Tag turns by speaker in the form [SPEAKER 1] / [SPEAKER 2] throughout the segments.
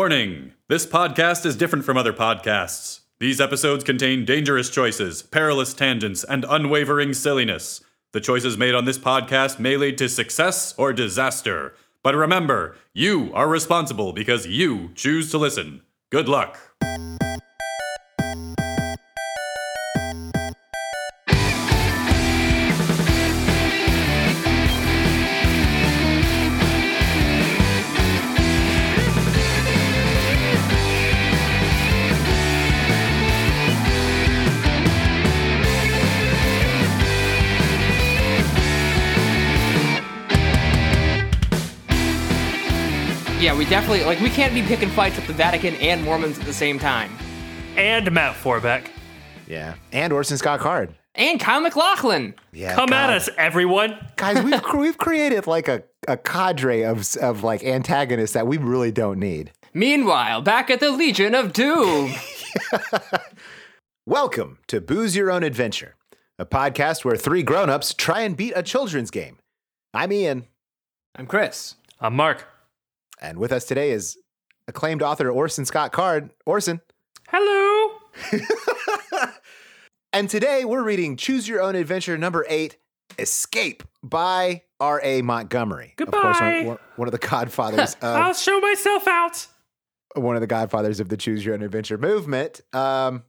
[SPEAKER 1] Warning this podcast is different from other podcasts. These episodes contain dangerous choices, perilous tangents, and unwavering silliness. The choices made on this podcast may lead to success or disaster. But remember, you are responsible because you choose to listen. Good luck.
[SPEAKER 2] Yeah, we definitely like we can't be picking fights with the Vatican and Mormons at the same time.
[SPEAKER 3] and Matt Forbeck.
[SPEAKER 4] Yeah. And Orson Scott Card.
[SPEAKER 2] And Kyle McLaughlin.
[SPEAKER 4] Yeah.
[SPEAKER 3] Come
[SPEAKER 4] God.
[SPEAKER 3] at us, everyone.
[SPEAKER 4] Guys, we've, cr- we've created like a, a cadre of, s- of like antagonists that we really don't need.
[SPEAKER 2] Meanwhile, back at the Legion of Doom.
[SPEAKER 4] Welcome to Booze Your Own Adventure, a podcast where three grown-ups try and beat a children's game. I'm Ian,
[SPEAKER 2] I'm Chris.
[SPEAKER 3] I'm Mark.
[SPEAKER 4] and with us today is acclaimed author Orson Scott Card. Orson.
[SPEAKER 3] Hello.
[SPEAKER 4] And today we're reading Choose Your Own Adventure number eight, Escape by R.A. Montgomery. Of course, one,
[SPEAKER 3] Goodbye.
[SPEAKER 4] one- one of the godfathers of
[SPEAKER 3] I'll show myself out.
[SPEAKER 4] one of the godfathers of the choose your own adventure movement um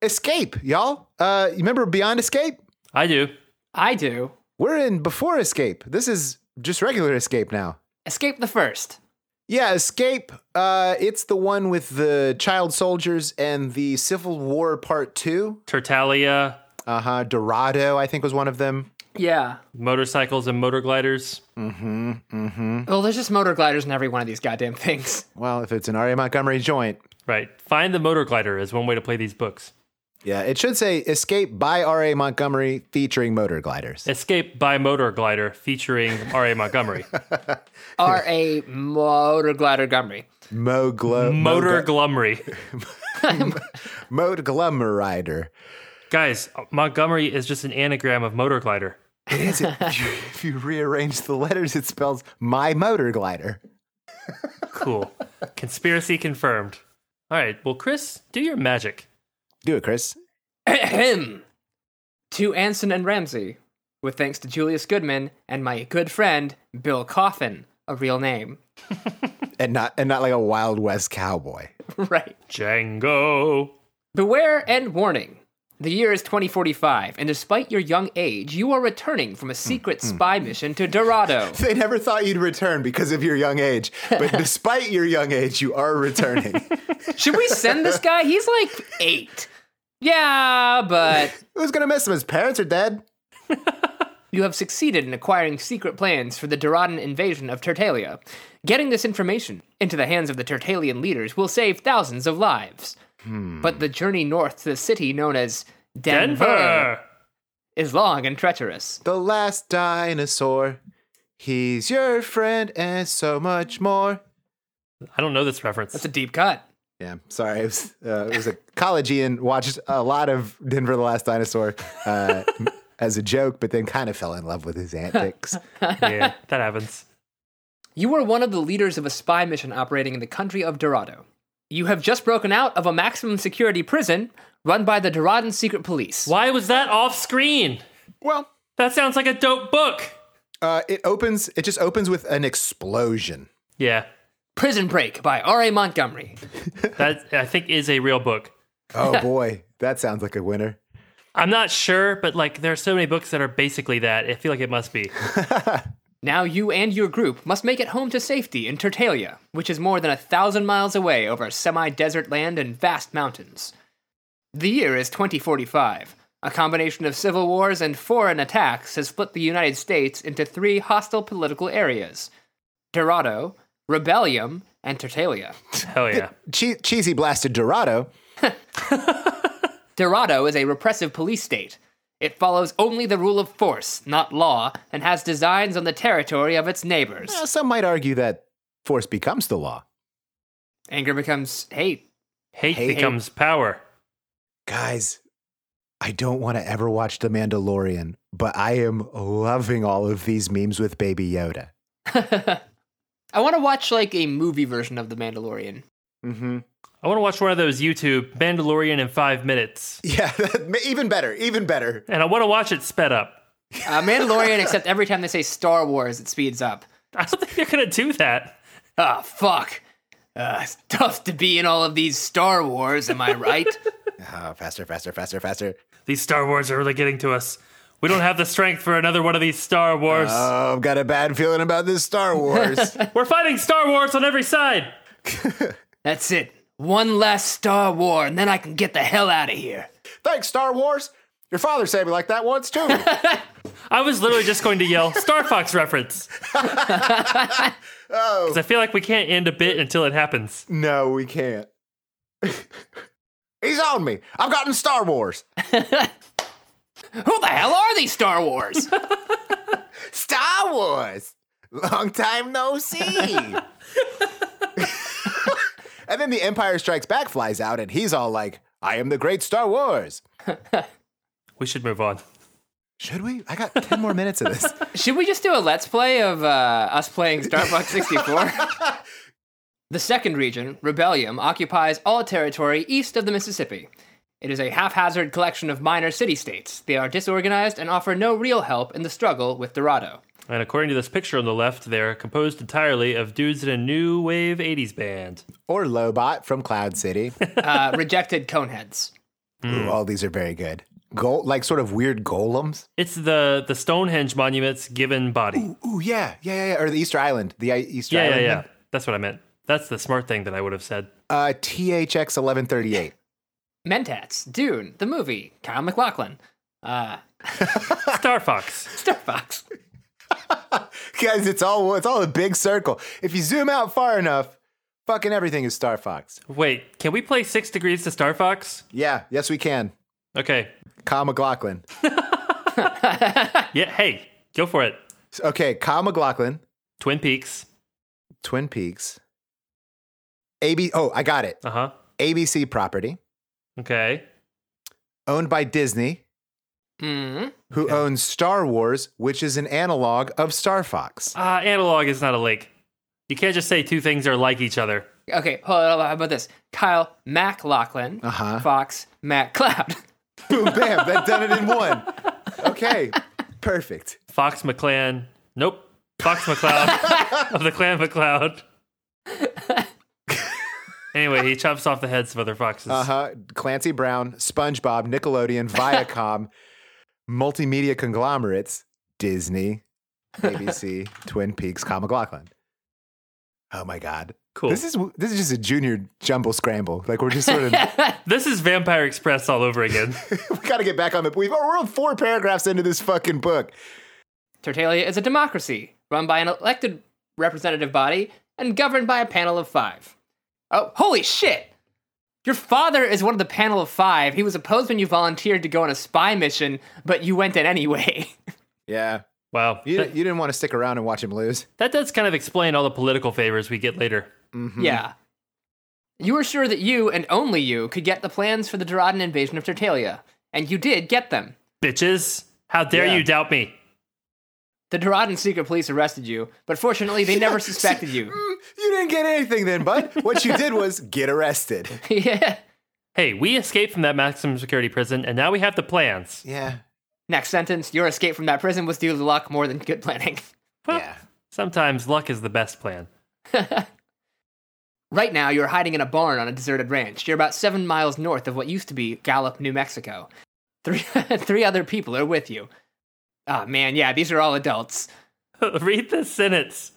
[SPEAKER 4] escape y'all uh you remember beyond escape
[SPEAKER 3] I do.
[SPEAKER 2] I do.
[SPEAKER 4] we're in before escape this is just regular escape now
[SPEAKER 2] Escape the First.
[SPEAKER 4] yeah escape uh it's the one with the child soldiers and the civil war part two
[SPEAKER 3] Tertalia,
[SPEAKER 4] uh-huh dorado i think was one of them
[SPEAKER 2] Yeah.
[SPEAKER 3] motorcycles and motor gliders.
[SPEAKER 4] mm-hmm mm-hmm
[SPEAKER 2] Well, there's just motor gliders in every one of these goddamn things.
[SPEAKER 4] well if it's an ra montgomery joint
[SPEAKER 3] Right. Find the motor glider is one way to play these books.
[SPEAKER 4] yeah it should say escape by ra montgomery featuring motor gliders
[SPEAKER 3] Escape by Motor Glider featuring R.A. Montgomery.
[SPEAKER 2] R A motor glider gummy.
[SPEAKER 4] mo glo
[SPEAKER 3] Motor Glumry.
[SPEAKER 4] mo glumerider
[SPEAKER 3] Guys, Montgomery is just an anagram of motor glider.
[SPEAKER 4] It is. It, if, you, if you rearrange the letters, it spells my motor glider.
[SPEAKER 3] Cool. Conspiracy confirmed. All right. Well, Chris, do your magic.
[SPEAKER 4] Do it, Chris.
[SPEAKER 2] Ahem. to Anson and Ramsey, with thanks to Julius Goodman and my good friend Bill Coffin, a real name.
[SPEAKER 4] And not and not like a Wild West cowboy.
[SPEAKER 2] right.
[SPEAKER 3] Django.
[SPEAKER 2] Beware and warning. The year is 2045, and despite your young age, you are returning from a secret spy mission to Dorado.
[SPEAKER 4] They never thought you'd return because of your young age, but despite your young age, you are returning.
[SPEAKER 2] Should we send this guy? He's like eight. Yeah, but
[SPEAKER 4] Who's gonna miss him? His parents are dead.
[SPEAKER 2] you have succeeded in acquiring secret plans for the Doradan invasion of Tertalia. Getting this information into the hands of the Tertalian leaders will save thousands of lives. But the journey north to the city known as Denver,
[SPEAKER 3] Denver.
[SPEAKER 2] is long and treacherous.
[SPEAKER 4] The last dinosaur. He's your friend and so much more.
[SPEAKER 3] I don't know this reference.
[SPEAKER 2] That's a deep cut.
[SPEAKER 4] Yeah, sorry. It was, uh, it was a collegian watched a lot of Denver the Last Dinosaur uh, as a joke, but then kind of fell in love with his antics.
[SPEAKER 3] yeah, that happens.
[SPEAKER 2] You are one of the leaders of a spy mission operating in the country of Dorado. You have just broken out of a maximum security prison run by the Doradan secret police.
[SPEAKER 3] Why was that off screen?
[SPEAKER 4] Well,
[SPEAKER 3] That sounds like a dope book.
[SPEAKER 4] Uh, it opens. It just opens with an explosion.
[SPEAKER 3] Yeah,
[SPEAKER 2] Prison Break by R.A. Montgomery.
[SPEAKER 3] that I think is a real book.
[SPEAKER 4] Oh boy, that sounds like a winner.
[SPEAKER 3] I'm not sure, but like there are so many books that are basically that. I feel like it must be.
[SPEAKER 2] Now you and your group must make it home to safety in Tertalia, which is more than a thousand miles away over semi desert land and vast mountains. The year is 2045. A combination of civil wars and foreign attacks has split the United States into three hostile political areas Dorado, Rebellium, and Tertalia.
[SPEAKER 3] Hell yeah.
[SPEAKER 4] Che- cheesy blasted Dorado.
[SPEAKER 2] Dorado is a repressive police state. It follows only the rule of force, not law, and has designs on the territory of its neighbors.
[SPEAKER 4] Well, Uh, some might argue that force becomes the law.
[SPEAKER 2] Anger becomes hate.
[SPEAKER 3] Hate,
[SPEAKER 4] Hate.
[SPEAKER 3] becomes power.
[SPEAKER 4] Guys, I don't want to ever watch The Mandalorian, but I am loving all of these memes with Baby Yoda.
[SPEAKER 2] I I want to watch like a movie version of The Mandalorian.
[SPEAKER 4] Mm-hmm.
[SPEAKER 3] I want to watch one of those YouTube Mandalorian in five minutes,
[SPEAKER 4] Yeah, even better, even better.
[SPEAKER 3] and I want to watch it sped up.
[SPEAKER 2] Uh, Mandalorian, except every time they say Star Wars, it speeds up.
[SPEAKER 3] I don't think they're gonna do that.
[SPEAKER 2] Ah, fuck. Uh, it's tough to be in all of these Star Wars, am I right?
[SPEAKER 4] Ah, faster, faster, faster, faster.
[SPEAKER 3] These Star Wars are really getting to us. We don't have the strength for another one of these Star Wars.
[SPEAKER 4] Oh, I've got a bad feeling about this Star Wars.
[SPEAKER 3] We're fighting Star Wars on every side.
[SPEAKER 2] That's it. One last Star War, and then I can get the hell out of here.
[SPEAKER 4] Thanks, Star Wars. Your father said me like that once too.
[SPEAKER 3] I was literally just going to yell Star Fox reference. Because I feel like we can't end a bit until it happens.
[SPEAKER 4] no, we can't. He's on me. I've gotten Star Wars.
[SPEAKER 2] Who the hell are these Star Wars?
[SPEAKER 4] Star Wars. Long time no see. and then the Empire Strikes Back flies out, and he's all like, I am the great Star Wars.
[SPEAKER 3] We should move on.
[SPEAKER 4] Should we? I got 10 more minutes of this.
[SPEAKER 2] Should we just do a let's play of uh, us playing Starbucks 64? the second region, Rebellium, occupies all territory east of the Mississippi. It is a haphazard collection of minor city states. They are disorganized and offer no real help in the struggle with Dorado.
[SPEAKER 3] And according to this picture on the left, they're composed entirely of dudes in a new wave 80s band.
[SPEAKER 4] Or Lobot from Cloud City.
[SPEAKER 2] Uh, rejected Coneheads.
[SPEAKER 3] Hmm.
[SPEAKER 4] Ooh, all these are very good. Go- like sort of weird golems.
[SPEAKER 3] It's the, the Stonehenge monument's given body.
[SPEAKER 4] Ooh, yeah, yeah, yeah, yeah. Or the Easter Island, the I- Easter
[SPEAKER 3] Yeah, yeah,
[SPEAKER 4] Island.
[SPEAKER 3] yeah. That's what I meant. That's the smart thing that I would have said.
[SPEAKER 4] Uh, THX eleven thirty eight.
[SPEAKER 2] Mentats, Dune, the movie, Kyle McLaughlin, uh,
[SPEAKER 3] Star Fox.
[SPEAKER 2] Starbucks.
[SPEAKER 4] Guys, it's all it's all a big circle. If you zoom out far enough, fucking everything is Star Fox.
[SPEAKER 3] Wait, can we play Six Degrees to Star Fox?
[SPEAKER 4] Yeah, yes, we can.
[SPEAKER 3] Okay.
[SPEAKER 4] Kyle McLaughlin.
[SPEAKER 3] Yeah, hey, go for it.
[SPEAKER 4] Okay, Kyle McLaughlin,
[SPEAKER 3] Twin Peaks.
[SPEAKER 4] Twin Peaks. AB. Oh, I got it.
[SPEAKER 3] Uh huh.
[SPEAKER 4] ABC property
[SPEAKER 3] Okay.
[SPEAKER 4] owned by Disney,
[SPEAKER 2] Mm.
[SPEAKER 4] who owns Star Wars, which is an analog of Star Fox.
[SPEAKER 3] Uh, analog is not a link. You can't just say two things are like each other.
[SPEAKER 2] Okay, hold on. How about this? Kyle MacLachlan,
[SPEAKER 4] Uh-huh.
[SPEAKER 2] Fox MacLeod.
[SPEAKER 4] Boom, bam, that done it in one. Okay, perfect.
[SPEAKER 3] Fox McClan. Nope. Fox McCloud of the Clan McCloud. anyway, he chops off the heads of other foxes.
[SPEAKER 4] Uh huh. Clancy Brown, SpongeBob, Nickelodeon, Viacom, multimedia conglomerates, Disney, ABC, Twin Peaks, Kyle McLaughlin. Oh my God.
[SPEAKER 3] Cool.
[SPEAKER 4] This is this is just a junior jumble scramble. Like we're just sort of
[SPEAKER 3] This is Vampire Express all over again.
[SPEAKER 4] we got to get back on the. We've we're four paragraphs into this fucking book.
[SPEAKER 2] Tertalia is a democracy run by an elected representative body and governed by a panel of five. Oh, holy shit! Your father is one of the panel of five. He was opposed when you volunteered to go on a spy mission, but you went in anyway.
[SPEAKER 4] Yeah,
[SPEAKER 3] Wow.
[SPEAKER 4] you
[SPEAKER 3] That,
[SPEAKER 4] you didn't want to stick around and watch him lose.
[SPEAKER 3] that does kind of explain all the political favors we get later.
[SPEAKER 2] Yeah. You were sure that you, and only you, could get the plans for the Doradin invasion of Tertalia, and you did get them.
[SPEAKER 3] Bitches, how dare
[SPEAKER 4] Yeah.
[SPEAKER 3] you doubt me?
[SPEAKER 2] The Doradin secret police arrested you, but fortunately they never suspected you.
[SPEAKER 4] Mm, You didn't get anything then, bud. What you did was get arrested.
[SPEAKER 2] yeah.
[SPEAKER 3] Hey, we escaped from that maximum security prison, and now we have the plans.
[SPEAKER 4] Yeah,
[SPEAKER 2] Next sentence, your escape from that prison was due to luck more than good planning.
[SPEAKER 3] Well,
[SPEAKER 4] yeah.
[SPEAKER 3] Sometimes luck is the best plan.
[SPEAKER 2] Right now, you're hiding in a barn on a deserted ranch. You're about seven miles north of what used to be Gallup, New Mexico. Three, three other people are with you. Ah, man, yeah, these are all adults.
[SPEAKER 3] Read the sentence.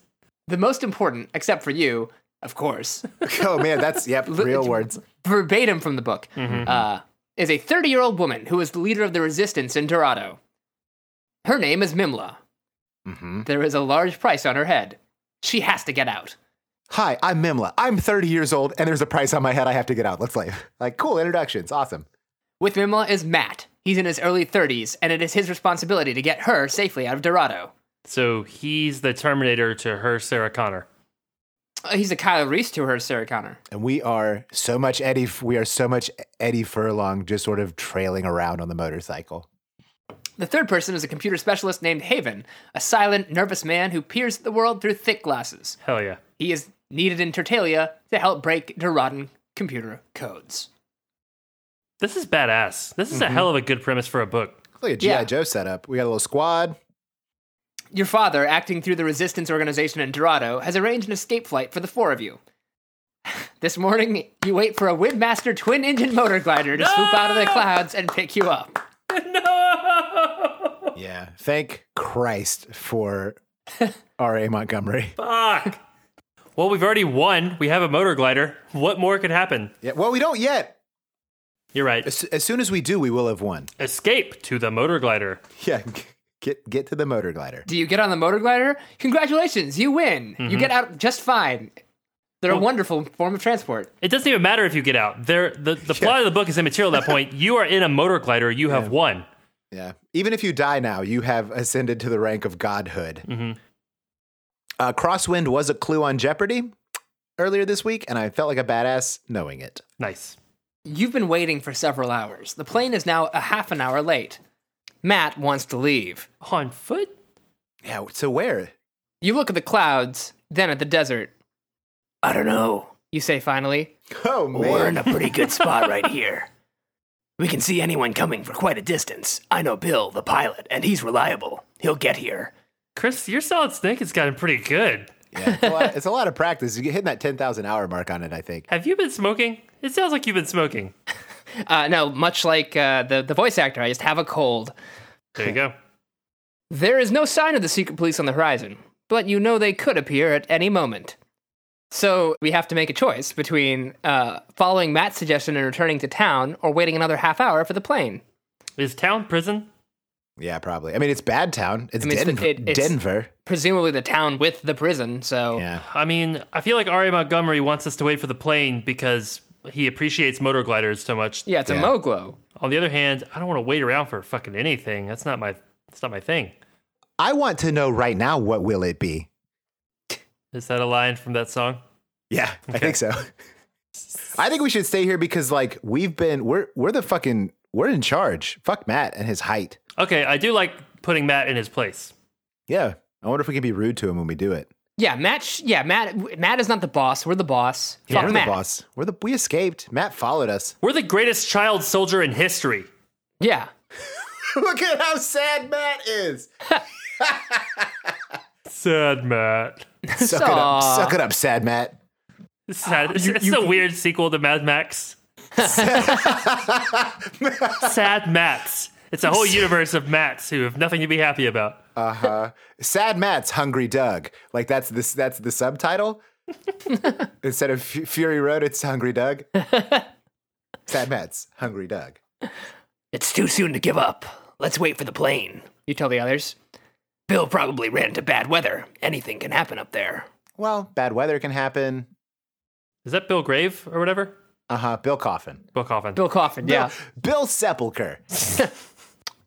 [SPEAKER 2] The most important, except for you, of course,
[SPEAKER 4] Oh man, that's yep, real words.
[SPEAKER 2] verbatim from the book, uh, is a 30 year old woman who is the leader of the resistance in Dorado. Her name is Mimla.
[SPEAKER 4] Mm-hmm.
[SPEAKER 2] There is a large price on her head. She has to get out.
[SPEAKER 4] Hi, I'm Mimla. I'm 30 years old, and there's a price on my head. I have to get out. Let's leave. Like, cool introductions. Awesome.
[SPEAKER 2] With Mimla is Matt. He's in his early 30s, and it is his responsibility to get her safely out of Dorado.
[SPEAKER 3] So he's the Terminator to her Sarah Connor.
[SPEAKER 2] Uh, He's a Kyle Reese to her, Sarah Connor.
[SPEAKER 4] And we are so much Eddie. We are so much Eddie Furlong, just sort of trailing around on the motorcycle.
[SPEAKER 2] The third person is a computer specialist named Haven, a silent, nervous man who peers at the world through thick glasses.
[SPEAKER 3] Hell yeah.
[SPEAKER 2] He is needed in Tertalia to help break Dorodden computer codes.
[SPEAKER 3] This is badass. This is a hell of a good premise for a book.
[SPEAKER 4] It's like a G.I.
[SPEAKER 2] Yeah.
[SPEAKER 4] Joe setup. We got a little squad.
[SPEAKER 2] Your father, acting through the resistance organization in Dorado, has arranged an escape flight for the four of you. This morning, you wait for a Windmaster twin engine motor glider to swoop out of the clouds and pick you up.
[SPEAKER 3] no!
[SPEAKER 4] Yeah. Thank Christ for R.A. Montgomery.
[SPEAKER 3] Fuck! Well, we've already won. We have a motor glider. What more could happen?
[SPEAKER 4] Yeah. Well, we don't yet.
[SPEAKER 3] You're right.
[SPEAKER 4] As, as soon as we do, we will have won.
[SPEAKER 3] Escape to the motor glider.
[SPEAKER 4] Yeah. Get get to the motor glider.
[SPEAKER 2] Do you get on the motor glider? Congratulations, you win! You get out just fine. They're a wonderful form of transport.
[SPEAKER 3] It doesn't even matter if you get out. There, the, the plot of the book is immaterial at that point. You are in a motor glider. You have won.
[SPEAKER 4] Yeah. Even if you die now, you have ascended to the rank of godhood. Uh, Crosswind was a clue on Jeopardy earlier this week, and I felt like a badass knowing it.
[SPEAKER 3] Nice.
[SPEAKER 2] You've been waiting for several hours. The plane is now a half an hour late. Matt wants to leave.
[SPEAKER 3] On foot?
[SPEAKER 4] Yeah. So where?
[SPEAKER 2] You look at the clouds, then at the desert. I don't know, you say finally.
[SPEAKER 4] Oh
[SPEAKER 5] We're in
[SPEAKER 4] man.
[SPEAKER 5] a pretty good spot right here. We can see anyone coming for quite a distance. I know Bill, the pilot, and he's reliable. He'll get here.
[SPEAKER 3] Chris, your solid snake has gotten pretty good.
[SPEAKER 4] yeah, it's, a lot, it's a lot of practice. You get hitting that ten thousand hour mark on it. I think.
[SPEAKER 3] Have you been smoking? It sounds like you've been smoking.
[SPEAKER 2] Uh, no, much like uh, the, the voice actor, I just have a cold.
[SPEAKER 3] There you go.
[SPEAKER 2] There is no sign of the secret police on the horizon, but you know they could appear at any moment. So we have to make a choice between uh, following Matt's suggestion and returning to town or waiting another half hour for the plane.
[SPEAKER 3] Is town prison?
[SPEAKER 4] Yeah, probably. I mean, it's bad town. It's
[SPEAKER 2] I mean, it's-
[SPEAKER 4] Denver.
[SPEAKER 2] it- it's- Oh.
[SPEAKER 4] Denver.
[SPEAKER 2] Presumably the town with the prison, so.
[SPEAKER 4] Yeah.
[SPEAKER 3] I mean, I feel like Ari Montgomery wants us to wait for the plane because he appreciates motor gliders so much.
[SPEAKER 2] Yeah, it's
[SPEAKER 4] Yeah.
[SPEAKER 2] a Moglo.
[SPEAKER 3] On the other hand, I don't want to wait around for fucking anything. That's not my. That's not my thing.
[SPEAKER 4] I want to know right now what will it be.
[SPEAKER 3] Is that a line from that song?
[SPEAKER 4] Yeah, I think so. I think we should stay here because like we've been we're we're the fucking we're in charge. Fuck Matt and his height.
[SPEAKER 3] Okay, I do like putting Matt in his place.
[SPEAKER 4] Yeah. I wonder if we can be rude to him when we do it.
[SPEAKER 2] Yeah, Matt. Sh- yeah, Matt. Matt is not the boss. We're the boss.
[SPEAKER 4] Yeah,
[SPEAKER 2] Fuck
[SPEAKER 4] we're
[SPEAKER 2] Matt.
[SPEAKER 4] the boss. We're the we escaped. Matt followed us.
[SPEAKER 3] We're the greatest child soldier in history.
[SPEAKER 2] Yeah.
[SPEAKER 4] Look at how sad Matt is.
[SPEAKER 3] Sad Matt.
[SPEAKER 4] Suck it up.
[SPEAKER 2] Aw.
[SPEAKER 4] Suck it up, sad Matt.
[SPEAKER 3] Sad. It's, it's a weird sequel to Mad Max. Sad Matts. It's a whole universe of Matts who have nothing to be happy about.
[SPEAKER 4] Uh-huh. sad Matt's hungry Doug. Like that's this that's the subtitle. Instead of Fu- Fury Road, it's Hungry Doug. sad Matt's hungry Doug.
[SPEAKER 5] It's too soon to give up. Let's wait for the plane.
[SPEAKER 2] You tell the others.
[SPEAKER 5] Bill probably ran into bad weather. Anything can happen up there.
[SPEAKER 4] Well, bad weather can happen.
[SPEAKER 3] Is that Bill Grave or whatever?
[SPEAKER 4] Uh-huh. Bill Coffin.
[SPEAKER 3] Bill Coffin.
[SPEAKER 2] Bill Coffin. Yeah.
[SPEAKER 4] Bill Sepulcher.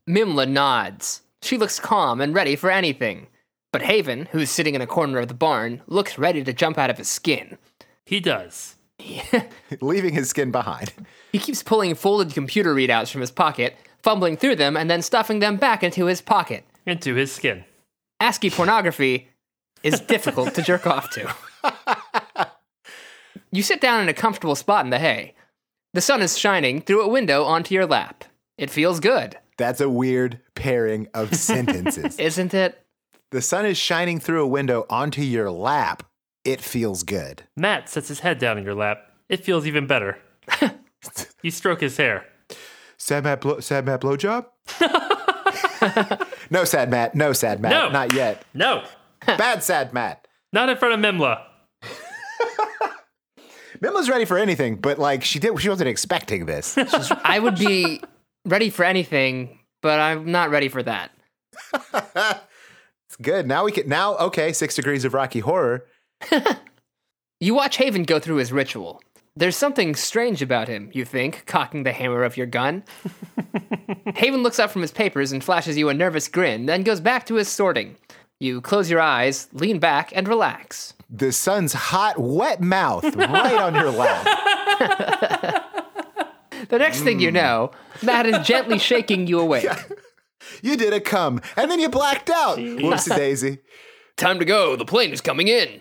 [SPEAKER 2] Mimla nods. She looks calm and ready for anything. But Haven, who's sitting in a corner of the barn, looks ready to jump out of his skin.
[SPEAKER 3] He does.
[SPEAKER 4] leaving his skin behind.
[SPEAKER 2] He keeps pulling folded computer readouts from his pocket, fumbling through them, and then stuffing them back into his pocket.
[SPEAKER 3] Into his skin.
[SPEAKER 2] ASCII pornography is difficult to jerk off to. You sit down in a comfortable spot in the hay. The sun is shining through a window onto your lap. It feels good,
[SPEAKER 4] That's a weird pairing of sentences.
[SPEAKER 2] isn't it?
[SPEAKER 4] the sun is shining through a window onto your lap. It feels good.
[SPEAKER 3] Matt sets his head down in your lap. It feels even better. you stroke his hair.
[SPEAKER 4] Sad Matt, blow, sad Matt blowjob? no, sad Matt. No, sad Matt.
[SPEAKER 3] No.
[SPEAKER 4] Not yet.
[SPEAKER 3] No,
[SPEAKER 4] Bad, sad Matt.
[SPEAKER 3] not in front of Mimla.
[SPEAKER 4] Mimla's ready for anything, but like she did, she wasn't expecting this. She's-
[SPEAKER 2] I would be ready for anything, but I'm not ready for that.
[SPEAKER 4] it's good. Now we can. Now, okay, six degrees of Rocky Horror.
[SPEAKER 2] You watch Haven go through his ritual. There's something strange about him, you think, cocking the hammer of your gun. Haven looks up from his papers and flashes you a nervous grin, then goes back to his sorting. You close your eyes, lean back, and relax.
[SPEAKER 4] The sun's hot, wet mouth right on your lap.
[SPEAKER 2] The next thing you know, Matt is gently shaking you awake.
[SPEAKER 4] You did a cum, and then you blacked out. Whoopsie daisy.
[SPEAKER 2] Time to go, the plane is coming in.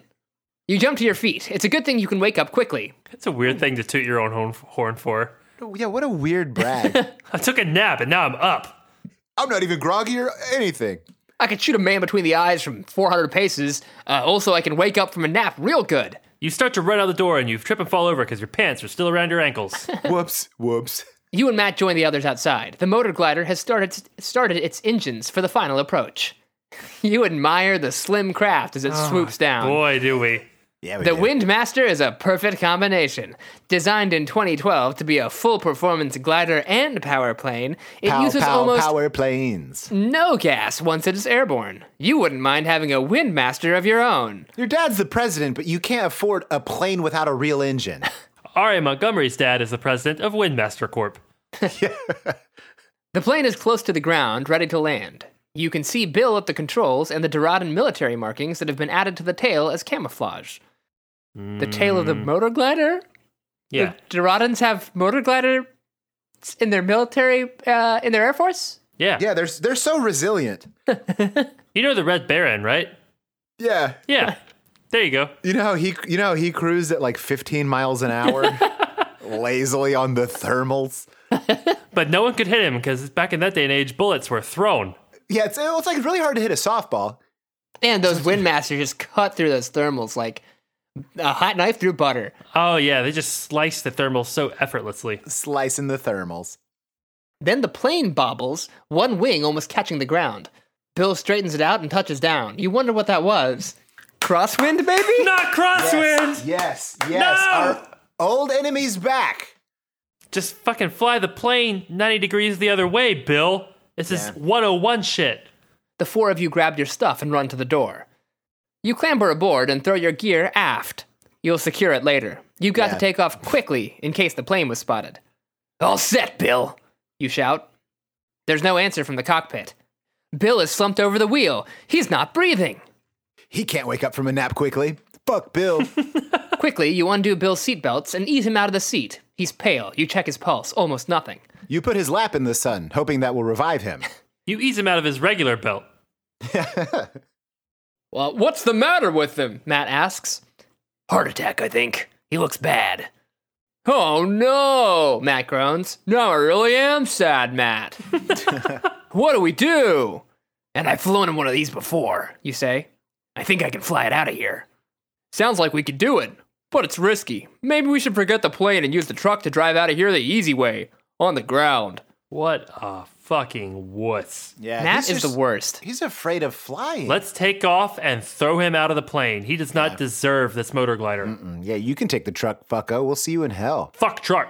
[SPEAKER 2] You jump to your feet. It's a good thing you can wake up quickly.
[SPEAKER 3] It's a weird thing to toot your own horn- horn for.
[SPEAKER 4] Yeah, what a weird brag.
[SPEAKER 3] I took a nap and now I'm up.
[SPEAKER 4] I'm not even groggy or anything.
[SPEAKER 2] I can shoot a man between the eyes from 400 paces. Uh, also, I can wake up from a nap real good.
[SPEAKER 3] You start to run out the door and you trip and fall over because your pants are still around your ankles.
[SPEAKER 4] Whoops, whoops.
[SPEAKER 2] You and Matt join the others outside. The motor glider has started started its engines for the final approach. You admire the slim craft as it
[SPEAKER 4] Ah,
[SPEAKER 2] swoops down.
[SPEAKER 3] Boy, do we.
[SPEAKER 4] Yeah,
[SPEAKER 2] The Windmaster is a perfect combination. Designed in 2012 to be a full performance glider and power plane, it
[SPEAKER 4] pow,
[SPEAKER 2] uses
[SPEAKER 4] pow,
[SPEAKER 2] almost
[SPEAKER 4] power planes.
[SPEAKER 2] no gas once it is airborne. You wouldn't mind having a Windmaster of your own.
[SPEAKER 4] Your dad's the president, but you can't afford a plane without a real engine.
[SPEAKER 3] R.A. Montgomery's dad is the president of Windmaster Corp.
[SPEAKER 2] The plane is close to the ground, ready to land. You can see Bill at the controls and the Doradan military markings that have been added to the tail as camouflage. The tail of the motor glider?
[SPEAKER 3] Yeah.
[SPEAKER 2] The Doradans have motor glider in their military, uh, in their air force?
[SPEAKER 3] yeah.
[SPEAKER 4] yeah, they're they're so resilient.
[SPEAKER 3] You know the Red Baron, right?
[SPEAKER 4] Yeah,
[SPEAKER 3] Yeah. there you go.
[SPEAKER 4] you know how he you know how he cruised at like 15 miles an hour, lazily on the thermals.
[SPEAKER 3] But no one could hit him because back in that day and age, bullets were thrown.
[SPEAKER 4] Yeah, it's it's like really hard to hit a softball.
[SPEAKER 2] And those Windmasters just cut through those thermals like a hot knife through butter.
[SPEAKER 3] Oh, yeah. They just sliced the thermal so effortlessly.
[SPEAKER 4] Slicing the thermals.
[SPEAKER 2] Then the plane bobbles, one wing almost catching the ground. Bill straightens it out and touches down. You wonder what that was. Crosswind, baby?
[SPEAKER 3] Not crosswind!
[SPEAKER 4] Yes, yes.
[SPEAKER 3] No!
[SPEAKER 4] Our old enemy's back.
[SPEAKER 3] Just fucking fly the plane 90 degrees the other way, Bill. This
[SPEAKER 4] Yeah.
[SPEAKER 3] is 101 shit.
[SPEAKER 2] The four of you grab your stuff and run to the door. You clamber aboard and throw your gear aft. You'll secure it later. You've got
[SPEAKER 4] Yeah.
[SPEAKER 2] to take off quickly in case the plane was spotted.
[SPEAKER 5] All set, Bill.
[SPEAKER 2] You shout. There's no answer from the cockpit. Bill is slumped over the wheel. He's not breathing.
[SPEAKER 4] He can't wake up from a nap quickly. Fuck Bill.
[SPEAKER 2] Quickly, you undo Bill's seatbelts and ease him out of the seat. He's pale. You check his pulse. Almost nothing.
[SPEAKER 4] you put his lap in the sun, hoping that will revive him.
[SPEAKER 3] You ease him out of his regular belt.
[SPEAKER 2] Well, what's the matter with him? Matt asks.
[SPEAKER 5] Heart attack, I think. He looks bad.
[SPEAKER 2] Oh no, Matt groans. Now I really am sad, Matt. what do we do?
[SPEAKER 5] And I've flown in one of these before.
[SPEAKER 2] You say.
[SPEAKER 5] I think I can fly it out of here.
[SPEAKER 2] Sounds like we could do it, but it's risky. Maybe we should forget the plane and use the truck to drive out of here the easy way, on the ground.
[SPEAKER 3] What a fucking wuss.
[SPEAKER 4] yeah,
[SPEAKER 2] Matt
[SPEAKER 4] he's
[SPEAKER 2] is
[SPEAKER 4] just-
[SPEAKER 2] the worst.
[SPEAKER 4] He's afraid of flying.
[SPEAKER 3] Let's take off and throw him out of the plane. He does not deserve this motor glider.
[SPEAKER 4] Mm, yeah, you can take the truck, fucko. We'll see you in hell.
[SPEAKER 3] Fuck truck.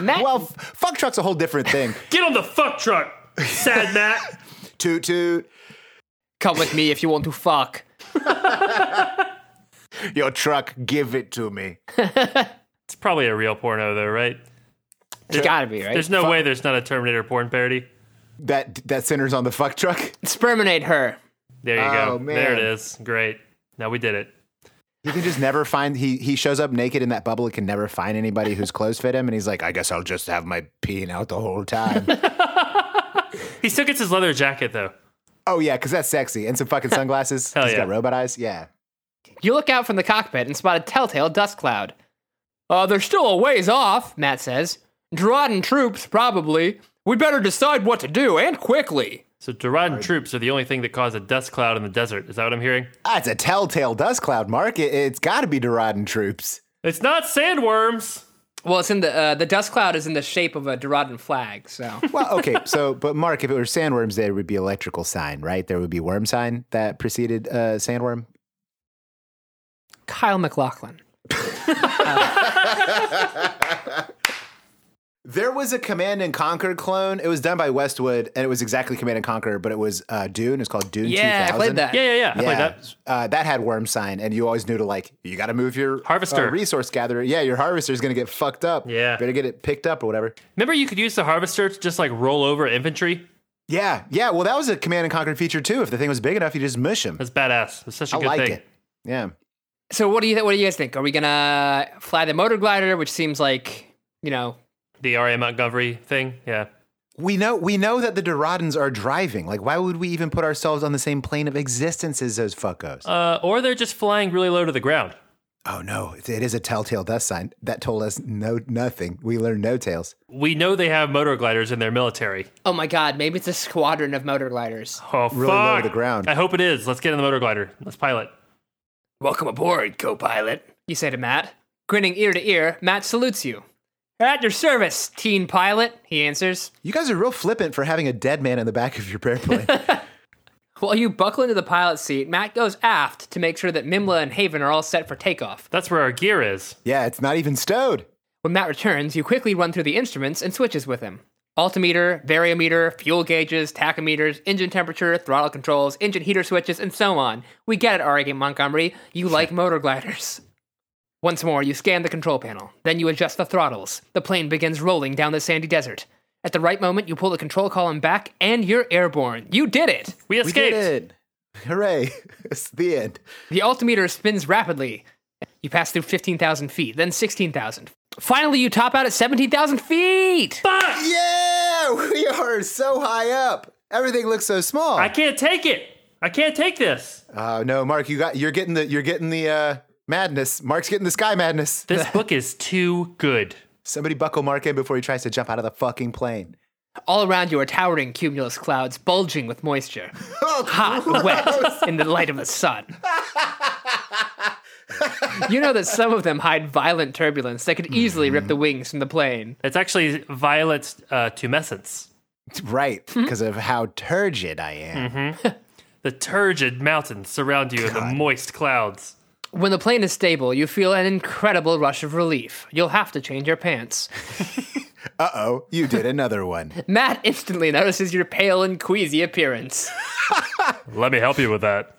[SPEAKER 2] Matt,
[SPEAKER 4] Well, f- fuck truck's a whole different thing.
[SPEAKER 3] Get on the fuck truck, sad Matt.
[SPEAKER 4] toot toot.
[SPEAKER 2] come with me if you want to fuck.
[SPEAKER 4] Your truck, give it to me.
[SPEAKER 3] It's probably a real porno, though, right?
[SPEAKER 2] It's gotta be, right?
[SPEAKER 3] There's no way there's not a Terminator porn parody.
[SPEAKER 4] That that centers on the fuck truck.
[SPEAKER 2] Sperminate her.
[SPEAKER 3] There you
[SPEAKER 4] Oh,
[SPEAKER 3] go. There
[SPEAKER 4] man.
[SPEAKER 3] it is. Great. Now we did it.
[SPEAKER 4] He can just never find. He he shows up naked in that bubble. and can never find anybody whose clothes fit him. And he's like, I guess I'll just have my peeing out the whole time.
[SPEAKER 3] He still gets his leather jacket, though.
[SPEAKER 4] oh yeah, because that's sexy and some fucking sunglasses.
[SPEAKER 3] Hell
[SPEAKER 4] He's
[SPEAKER 3] yeah.
[SPEAKER 4] got robot eyes. Yeah.
[SPEAKER 2] You look out from the cockpit and spot a telltale dust cloud. Uh, they're still a ways off, Matt says. Drodden troops, probably. We'd better decide what to do, and quickly.
[SPEAKER 3] So Duran troops are the only thing that cause a dust cloud in the desert. Is that what I'm hearing?
[SPEAKER 4] That's a telltale dust cloud, Mark. It, it's got to be Doradin troops.
[SPEAKER 3] It's not sandworms.
[SPEAKER 2] Well, it's in the uh, the dust cloud is in the shape of a Doradin flag, so
[SPEAKER 4] Well, okay. So, but Mark, if it were sandworms, there would be electrical sign, right? There would be worm sign that preceded uh, sandworm.
[SPEAKER 2] Kyle McLaughlin.
[SPEAKER 4] There was a Command and Conquer clone. It was done by Westwood, and it was exactly Command and Conquer, but it was uh, Dune. It's called Dune.
[SPEAKER 2] Yeah, I
[SPEAKER 4] 2000.
[SPEAKER 2] played that.
[SPEAKER 3] Yeah, yeah, yeah. I
[SPEAKER 4] yeah,
[SPEAKER 3] played that.
[SPEAKER 4] Uh, that had worm sign, and you always knew to like you got to move your uh,
[SPEAKER 3] Harvester.
[SPEAKER 4] resource gatherer. Yeah, your harvester's gonna get fucked up.
[SPEAKER 3] Yeah.
[SPEAKER 4] better get it picked up or whatever.
[SPEAKER 3] Remember, you could use the harvester to just like roll over infantry.
[SPEAKER 4] Yeah, yeah. Well, that was a Command and Conquer feature too. If the thing was big enough, you just mush him.
[SPEAKER 3] That's badass. That's such a
[SPEAKER 4] I
[SPEAKER 3] good
[SPEAKER 4] like
[SPEAKER 3] thing.
[SPEAKER 4] it. Yeah.
[SPEAKER 2] So what do you what do you guys think? Are we gonna fly the motor glider, which seems like you know
[SPEAKER 3] The R.A. Montgomery thing. Yeah.
[SPEAKER 4] we know we know that the Doradans are driving. Like, why would we even put ourselves on the same plane of existence as those fuckos?
[SPEAKER 3] Uh, or they're just flying really low to the ground.
[SPEAKER 4] oh no, it, it is a telltale death sign that told us no nothing. We learned no tales.
[SPEAKER 3] We know they have motor gliders in their military.
[SPEAKER 2] Oh my god, maybe it's a squadron of motor gliders.
[SPEAKER 3] Oh,
[SPEAKER 4] Really
[SPEAKER 3] fuck.
[SPEAKER 4] low to the ground.
[SPEAKER 3] I hope it is. Let's get in the motor glider. Let's pilot.
[SPEAKER 5] Welcome aboard, co pilot.
[SPEAKER 2] You say to Matt. Grinning ear to ear, Matt salutes you. At your service, teen pilot, he answers.
[SPEAKER 4] You guys are real flippant for having a dead man in the back of your airplane.
[SPEAKER 2] While you buckle into the pilot seat, Matt goes aft to make sure that Mimla and Haven are all set for takeoff.
[SPEAKER 3] That's where our gear is.
[SPEAKER 4] yeah, it's not even stowed.
[SPEAKER 2] When Matt returns, you quickly run through the instruments and switches with him. Altimeter, variometer, fuel gauges, tachometers, engine temperature, throttle controls, engine heater switches, and so on. We get it, Oregon Montgomery. You like motor gliders. Once more, you scan the control panel. Then you adjust the throttles. The plane begins rolling down the sandy desert. At the right moment, you pull the control column back, and you're airborne. You did it!
[SPEAKER 3] We
[SPEAKER 4] We
[SPEAKER 3] escaped.
[SPEAKER 4] did it. Hooray! it's the end.
[SPEAKER 2] The altimeter spins rapidly. You pass through 15,000 feet, then 16,000. Finally, you top out at 17,000 feet!
[SPEAKER 4] Yeah, we are so high up. Everything looks so small.
[SPEAKER 3] I can't take it. I can't take this.
[SPEAKER 4] Uh, no, Mark, you got you're getting the you're getting the uh, madness. Mark's getting the sky madness.
[SPEAKER 3] This book is too good.
[SPEAKER 4] Somebody buckle Mark in before he tries to jump out of the fucking plane.
[SPEAKER 2] All around you are towering cumulus clouds, bulging with moisture, hot and wet in the light of the sun. you know that some of them hide violent turbulence that could easily rip the wings from the plane.
[SPEAKER 3] It's actually violet uh, tumescence.
[SPEAKER 4] Right, because of how turgid I am.
[SPEAKER 3] The turgid mountains surround you in the moist clouds.
[SPEAKER 2] When the plane is stable, you feel an incredible rush of relief. You'll have to change your pants.
[SPEAKER 4] Uh oh, you did another one.
[SPEAKER 2] Matt instantly notices your pale and queasy appearance.
[SPEAKER 3] Let me help you with that.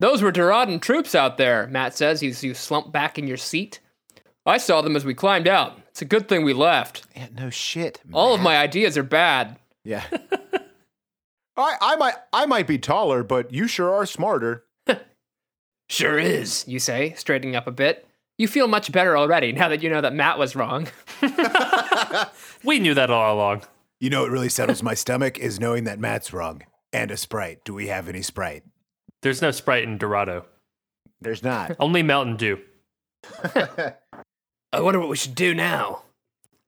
[SPEAKER 2] Those were Duradan troops out there, Matt says as you slump back in your seat. I saw them as we climbed out. It's a good thing we left.
[SPEAKER 4] Yeah, no shit.
[SPEAKER 2] All of my ideas are bad.
[SPEAKER 4] yeah. I I might I might be taller, but you sure are smarter.
[SPEAKER 2] Sure is, you say, straightening up a bit. You feel much better already now that you know that Matt was wrong.
[SPEAKER 3] We knew that all along.
[SPEAKER 4] You know what really settles my stomach is knowing that Matt's wrong. And a sprite. Do we have any sprite?
[SPEAKER 3] There's no Sprite in Dorado.
[SPEAKER 4] There's not.
[SPEAKER 3] Only Mountain Dew.
[SPEAKER 5] I wonder what we should do now.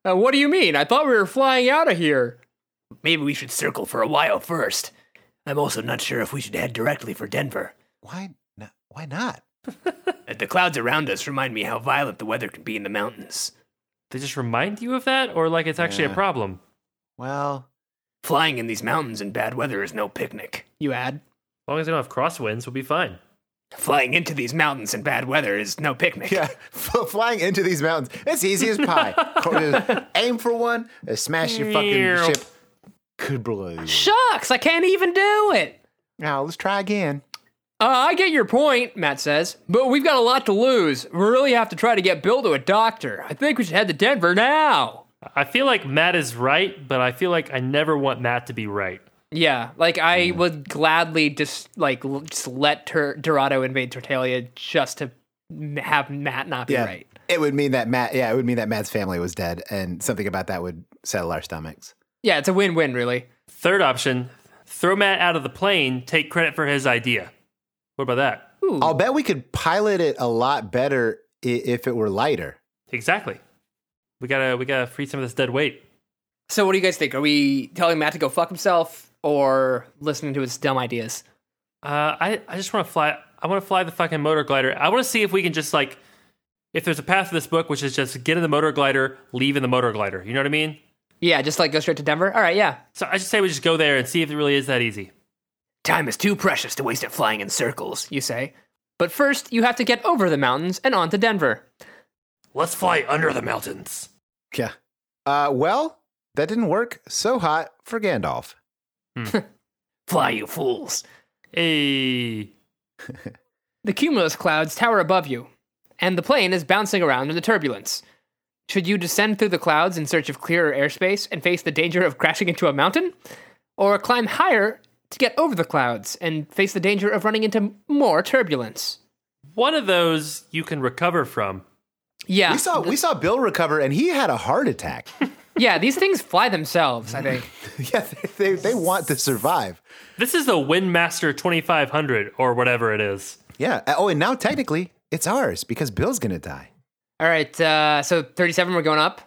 [SPEAKER 2] Uh, what do you mean? I thought we were flying out of here.
[SPEAKER 5] Maybe we should circle for a while first. I'm also not sure if we should head directly for Denver.
[SPEAKER 4] Why not? Why not?
[SPEAKER 5] Uh, The clouds around us remind me how violent the weather can be in the mountains.
[SPEAKER 3] They just remind you of that, or like it's actually a
[SPEAKER 4] Yeah.
[SPEAKER 3] problem.
[SPEAKER 4] Well,
[SPEAKER 5] Flying in these mountains in bad weather is no picnic.
[SPEAKER 2] You add.
[SPEAKER 3] As long as they don't have crosswinds, we'll be fine.
[SPEAKER 5] Flying into these mountains in bad weather is no picnic.
[SPEAKER 4] yeah, f- flying into these mountains. It's easy as pie. Just Aim for one, uh, smash your fucking
[SPEAKER 3] Meow.
[SPEAKER 4] ship. Good blow.
[SPEAKER 2] Shucks, I can't even do it!
[SPEAKER 4] Now let's try again.
[SPEAKER 2] Uh, I get your point, Matt says, but we've got a lot to lose. We really have to try to get Bill to a doctor. I think we should head to Denver now.
[SPEAKER 3] I feel like Matt is right, but I feel like I never want Matt to be right.
[SPEAKER 2] Yeah, like I would gladly just like l- just let Tur- Dorado invade Tertalia just to m- have Matt not be
[SPEAKER 4] Yeah,
[SPEAKER 2] right.
[SPEAKER 4] it would mean that Matt. Yeah, it would mean that Matt's family was dead, and something about that would settle our stomachs.
[SPEAKER 2] Yeah, it's a win-win, really.
[SPEAKER 3] Third option throw Matt out of the plane, take credit for his idea. What about that?
[SPEAKER 2] Ooh,
[SPEAKER 4] I'll bet we could pilot it a lot better i- if it were lighter.
[SPEAKER 3] Exactly. We gotta we gotta free some of this dead weight.
[SPEAKER 2] So, what do you guys think? Are we telling Matt to go fuck himself or listening to his dumb ideas?
[SPEAKER 3] Uh, I I just want to fly. I want to fly the fucking motor glider. I want to see if we can just like, if there's a path to this book, which is just get in the motor glider, leave in the motor glider. You know what I mean?
[SPEAKER 2] Yeah, just like go straight to Denver. All right, yeah.
[SPEAKER 3] So I just say we just go there and see if it really is that easy.
[SPEAKER 5] Time is too precious to waste it flying in circles.
[SPEAKER 2] You say, but first you have to get over the mountains and on to Denver.
[SPEAKER 3] Let's fly under the mountains.
[SPEAKER 4] Yeah. Uh, well, that didn't work. So hot for Gandalf.
[SPEAKER 5] Fly, you fools.
[SPEAKER 3] Hey,
[SPEAKER 2] The cumulus clouds tower above you, and the plane is bouncing around in the turbulence. Should you descend through the clouds in search of clearer airspace and face the danger of crashing into a mountain? Or climb higher to get over the clouds and face the danger of running into more turbulence?
[SPEAKER 3] one of those you can recover from.
[SPEAKER 2] Yeah.
[SPEAKER 4] We saw we saw Bill recover, and he had a heart attack.
[SPEAKER 2] yeah, these things fly themselves, I think.
[SPEAKER 4] yeah, they, they, they want to survive.
[SPEAKER 3] This is the Windmaster 2500 or whatever it is.
[SPEAKER 4] Yeah. Oh, and now technically it's ours because Bill's gonna die.
[SPEAKER 2] All right, uh, so 37, we're going up.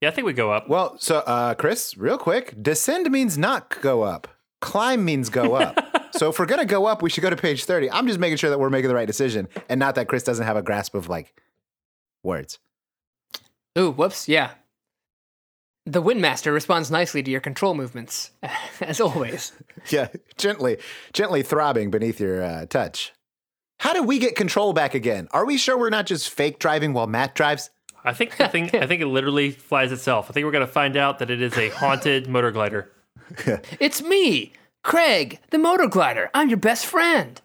[SPEAKER 3] Yeah, I think we go up.
[SPEAKER 4] Well, so uh, Chris, real quick, descend means not go up. Climb means go up. so if we're gonna go up, we should go to page thirty. I'm just making sure that we're making the right decision, and not that Chris doesn't have a grasp of like words.
[SPEAKER 2] Ooh, whoops, yeah. The Windmaster responds nicely to your control movements, as always.
[SPEAKER 4] Yeah, gently, gently throbbing beneath your uh, touch. How do we get control back again? Are we sure we're not just fake driving while Matt drives?
[SPEAKER 3] I think I think I think it literally flies itself. I think we're gonna find out that it is a haunted motor glider.
[SPEAKER 2] It's me, Craig, the motor glider. I'm your best friend.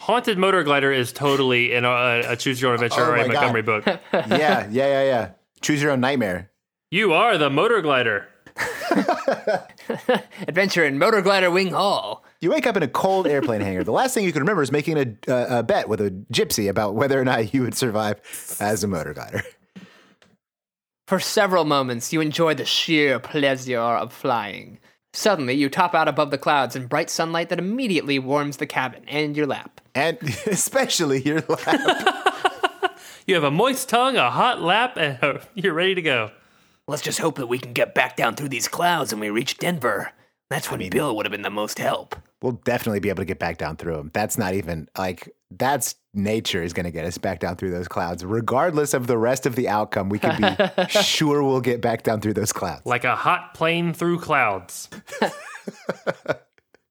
[SPEAKER 3] Haunted motor glider is totally in a, a choose your own adventure
[SPEAKER 4] Oh
[SPEAKER 3] or a
[SPEAKER 4] my God.
[SPEAKER 3] Montgomery book.
[SPEAKER 4] yeah, yeah, yeah, yeah. Choose your own nightmare.
[SPEAKER 3] You are the motor glider.
[SPEAKER 2] Adventure in Motor Glider Wing Hall.
[SPEAKER 4] You wake up in a cold airplane hangar. The last thing you can remember is making a, a, a bet with a gypsy about whether or not you would survive as a motor glider.
[SPEAKER 2] For several moments, you enjoy the sheer pleasure of flying. Suddenly, you top out above the clouds in bright sunlight that immediately warms the cabin and your lap.
[SPEAKER 4] And especially your lap.
[SPEAKER 3] You have a moist tongue, a hot lap, and you're ready to go.
[SPEAKER 5] Let's just hope that we can get back down through these clouds and we reach Denver. That's when Bill would have been the most help.
[SPEAKER 4] We'll definitely be able to get back down through them. That's not even like that's nature is going to get us back down through those clouds. Regardless of the rest of the outcome, we can be sure we'll get back down through those clouds.
[SPEAKER 3] Like a hot plane through clouds.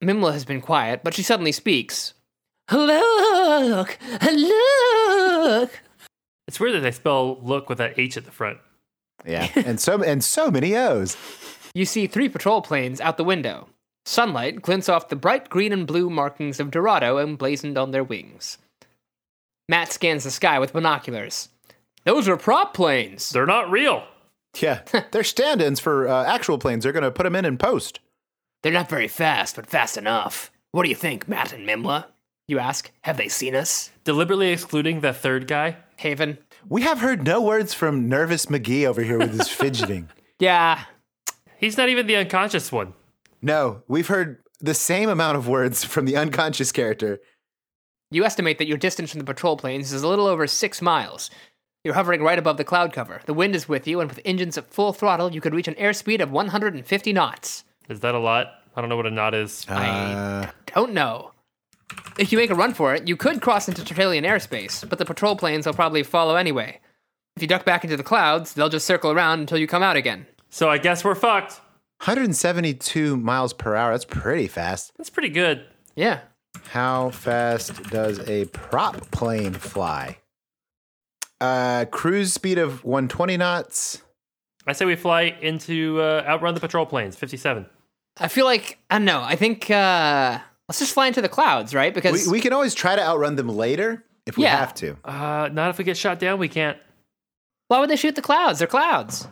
[SPEAKER 2] Mimla has been quiet, but she suddenly speaks. Look! Look!
[SPEAKER 3] It's weird that they spell look with that H at the front.
[SPEAKER 4] Yeah. And so and so many O's.
[SPEAKER 2] You see three patrol planes out the window. Sunlight glints off the bright green and blue markings of Dorado emblazoned on their wings. Matt scans the sky with binoculars. Those are prop planes!
[SPEAKER 3] They're not real.
[SPEAKER 4] Yeah. They're stand-ins for uh, actual planes. They're going to put them in in post.
[SPEAKER 5] They're not very fast, but fast enough. What do you think, Matt and Mimla?
[SPEAKER 2] You ask.
[SPEAKER 5] Have they seen us?
[SPEAKER 3] Deliberately excluding the third guy.
[SPEAKER 2] Haven.
[SPEAKER 4] We have heard no words from Nervous McGee over here with his fidgeting.
[SPEAKER 2] Yeah,
[SPEAKER 3] He's not even the unconscious one.
[SPEAKER 4] No, we've heard the same amount of words from the unconscious character.
[SPEAKER 2] You estimate that your distance from the patrol planes is a little over six miles. You're hovering right above the cloud cover. The wind is with you, and with engines at full throttle, you could reach an airspeed of 150 knots.
[SPEAKER 3] Is that a lot? I don't know what a knot is.
[SPEAKER 4] Uh.
[SPEAKER 2] I don't know. If you make a run for it, you could cross into Tertullian airspace, but the patrol planes will probably follow anyway. If you duck back into the clouds, they'll just circle around until you come out again.
[SPEAKER 3] So I guess we're fucked.
[SPEAKER 4] 172 miles per hour. That's pretty fast.
[SPEAKER 3] That's pretty good.
[SPEAKER 2] Yeah.
[SPEAKER 4] How fast does a prop plane fly? Uh, cruise speed of 120 knots.
[SPEAKER 3] I say we fly into uh, outrun the patrol planes. Fifty-seven.
[SPEAKER 2] I feel like, I don't know, I think, uh, let's just fly into the clouds, right? Because
[SPEAKER 4] We, we can always try to outrun them later if we
[SPEAKER 2] Yeah.
[SPEAKER 4] have to.
[SPEAKER 3] Uh, not if we get shot down. We can't.
[SPEAKER 2] why would they shoot the clouds? They're clouds.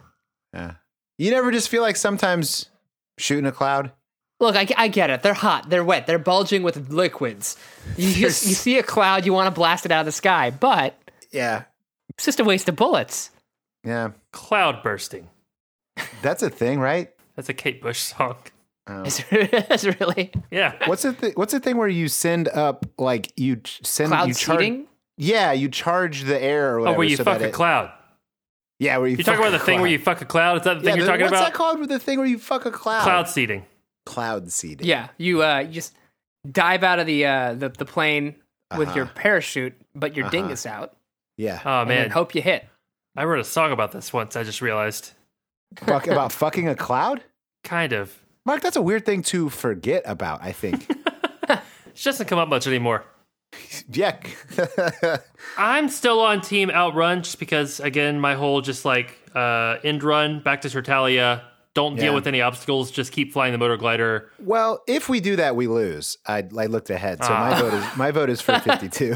[SPEAKER 4] Yeah. You never just feel like sometimes shooting a cloud?
[SPEAKER 2] Look, I, I get it. They're hot. They're wet. They're bulging with liquids. You, you, you see a cloud, you want to blast it out of the sky, but
[SPEAKER 4] Yeah.
[SPEAKER 2] it's just a waste of bullets.
[SPEAKER 4] Yeah.
[SPEAKER 3] Cloud bursting.
[SPEAKER 4] That's a thing, right?
[SPEAKER 3] That's a Kate Bush song.
[SPEAKER 4] Oh.
[SPEAKER 2] Is it's really
[SPEAKER 3] Yeah.
[SPEAKER 4] What's the th- what's the thing where you send up like you ch- send
[SPEAKER 2] cloud
[SPEAKER 4] you charge
[SPEAKER 2] seeding.
[SPEAKER 4] Yeah, you charge the air or
[SPEAKER 3] Oh,
[SPEAKER 4] whatever.
[SPEAKER 3] where you
[SPEAKER 4] so
[SPEAKER 3] fuck
[SPEAKER 4] that
[SPEAKER 3] a
[SPEAKER 4] it-
[SPEAKER 3] cloud.
[SPEAKER 4] Yeah, where you
[SPEAKER 3] You're talking
[SPEAKER 4] fuck
[SPEAKER 3] about the
[SPEAKER 4] a
[SPEAKER 3] thing where
[SPEAKER 4] cloud.
[SPEAKER 3] you fuck a cloud. Is that the
[SPEAKER 4] Yeah,
[SPEAKER 3] thing you're
[SPEAKER 4] the-
[SPEAKER 3] talking
[SPEAKER 4] what's
[SPEAKER 3] about?
[SPEAKER 4] that called? With the thing where you fuck a cloud?
[SPEAKER 3] Cloud seeding.
[SPEAKER 4] Cloud seeding.
[SPEAKER 2] Yeah, you uh, you just dive out of the uh, the, the plane
[SPEAKER 4] Uh-huh.
[SPEAKER 2] with your parachute, but your ding is out,
[SPEAKER 4] Yeah.
[SPEAKER 3] Oh
[SPEAKER 2] and
[SPEAKER 3] man,
[SPEAKER 2] then hope you hit.
[SPEAKER 3] I wrote a song about this once. I just realized.
[SPEAKER 4] Fuck, about fucking a cloud?
[SPEAKER 3] Kind of.
[SPEAKER 4] Mark, that's a weird thing to forget about, I think.
[SPEAKER 3] It just doesn't come up much anymore.
[SPEAKER 4] yeah.
[SPEAKER 3] I'm still on team outrun just because again my whole just like uh end run back to Tertalia. Don't
[SPEAKER 4] Yeah.
[SPEAKER 3] deal with any obstacles. Just keep flying the motor glider.
[SPEAKER 4] well, if we do that, we lose. I, I looked ahead. So my vote is my vote is for 52.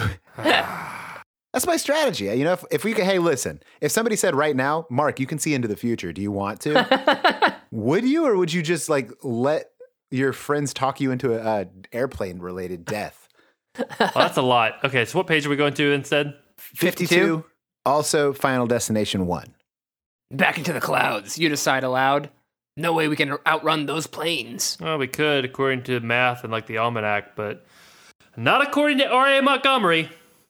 [SPEAKER 4] That's my strategy. You know, if, if we could, hey, listen, if somebody said right now, Mark, you can see into the future. Do you want to? would you, or would you just like let your friends talk you into a, a airplane related death?
[SPEAKER 3] Well, Oh, that's a lot. Okay, so what page are we going to instead?
[SPEAKER 4] 52. Also, Final Destination 1.
[SPEAKER 2] Back into the clouds. You decide aloud. No way we can outrun those planes.
[SPEAKER 3] Well, we could, according to math and like the almanac, but not according to R.A. Montgomery.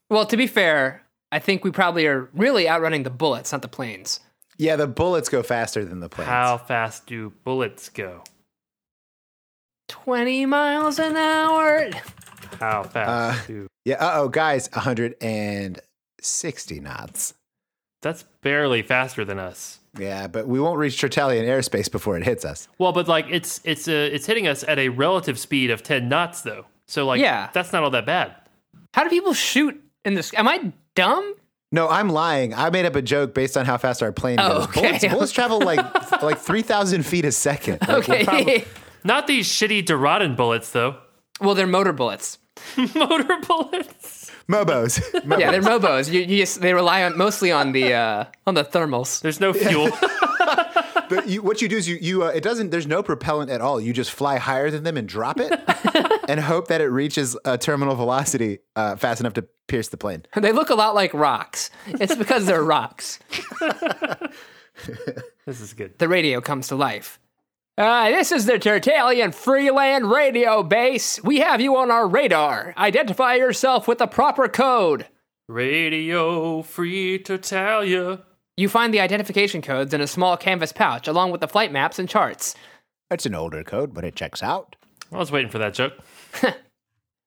[SPEAKER 2] Well, to be fair, I think we probably are really outrunning the bullets, not the planes.
[SPEAKER 4] Yeah, the bullets go faster than the planes.
[SPEAKER 3] How fast do bullets go?
[SPEAKER 2] 20 miles an hour.
[SPEAKER 3] How fast
[SPEAKER 4] Uh,
[SPEAKER 3] do.
[SPEAKER 4] Yeah. Uh oh, guys, 160 knots.
[SPEAKER 3] That's barely faster than us.
[SPEAKER 4] Yeah, but we won't reach Tertullian airspace before it hits us.
[SPEAKER 3] Well, but like it's it's uh, it's hitting us at a relative speed of 10 knots though. So like
[SPEAKER 2] Yeah.
[SPEAKER 3] that's not all that bad.
[SPEAKER 2] How do people shoot in this? Am I dumb?
[SPEAKER 4] No, I'm lying. I made up a joke based on how fast our plane
[SPEAKER 2] Oh,
[SPEAKER 4] goes.
[SPEAKER 2] okay.
[SPEAKER 4] Bullets, bullets travel like like 3,000 feet a second. Like,
[SPEAKER 2] Okay.
[SPEAKER 3] Not these shitty Doradin bullets though.
[SPEAKER 2] well, they're motor bullets.
[SPEAKER 3] Motor bullets.
[SPEAKER 4] Mobos. Mobos.
[SPEAKER 2] Yeah, they're mobos. You, you just, they rely on mostly on the uh, on the thermals.
[SPEAKER 3] There's no fuel.
[SPEAKER 4] But you, what you do is you, you uh, it doesn't there's no propellant at all. You just fly higher than them and drop it, and hope that it reaches a terminal velocity uh, fast enough to pierce the plane.
[SPEAKER 2] They look a lot like rocks. It's because they're rocks.
[SPEAKER 3] this is good.
[SPEAKER 2] The radio comes to life. Uh, this is the Tertullian Freeland Radio Base. We have you on our radar. Identify yourself with the proper code.
[SPEAKER 3] Radio Free Tertalia.
[SPEAKER 2] You find the identification codes in a small canvas pouch along with the flight maps and charts.
[SPEAKER 4] That's an older code, but it checks out.
[SPEAKER 3] I was waiting for that joke.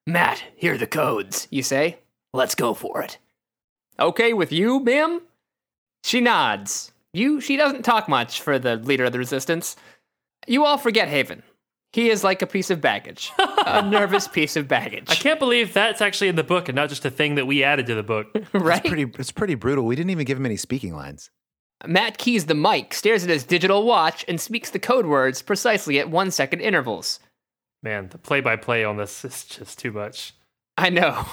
[SPEAKER 5] Matt, here are the codes.
[SPEAKER 2] You say,
[SPEAKER 5] Let's go for it.
[SPEAKER 2] Okay with you, Bim? She nods. You, she doesn't talk much for the leader of the resistance. You all forget Haven. He is like a piece of baggage, a nervous piece of
[SPEAKER 3] I
[SPEAKER 2] baggage,
[SPEAKER 3] can't believe that's actually in the book and not just a thing that we added to the book.
[SPEAKER 2] right?
[SPEAKER 4] It's pretty, it's pretty brutal. We didn't even give him any speaking lines.
[SPEAKER 2] Matt keys the mic, stares at his digital watch, and speaks the code words precisely at one second intervals.
[SPEAKER 3] Man, the play by play on this is just too much.
[SPEAKER 2] I know.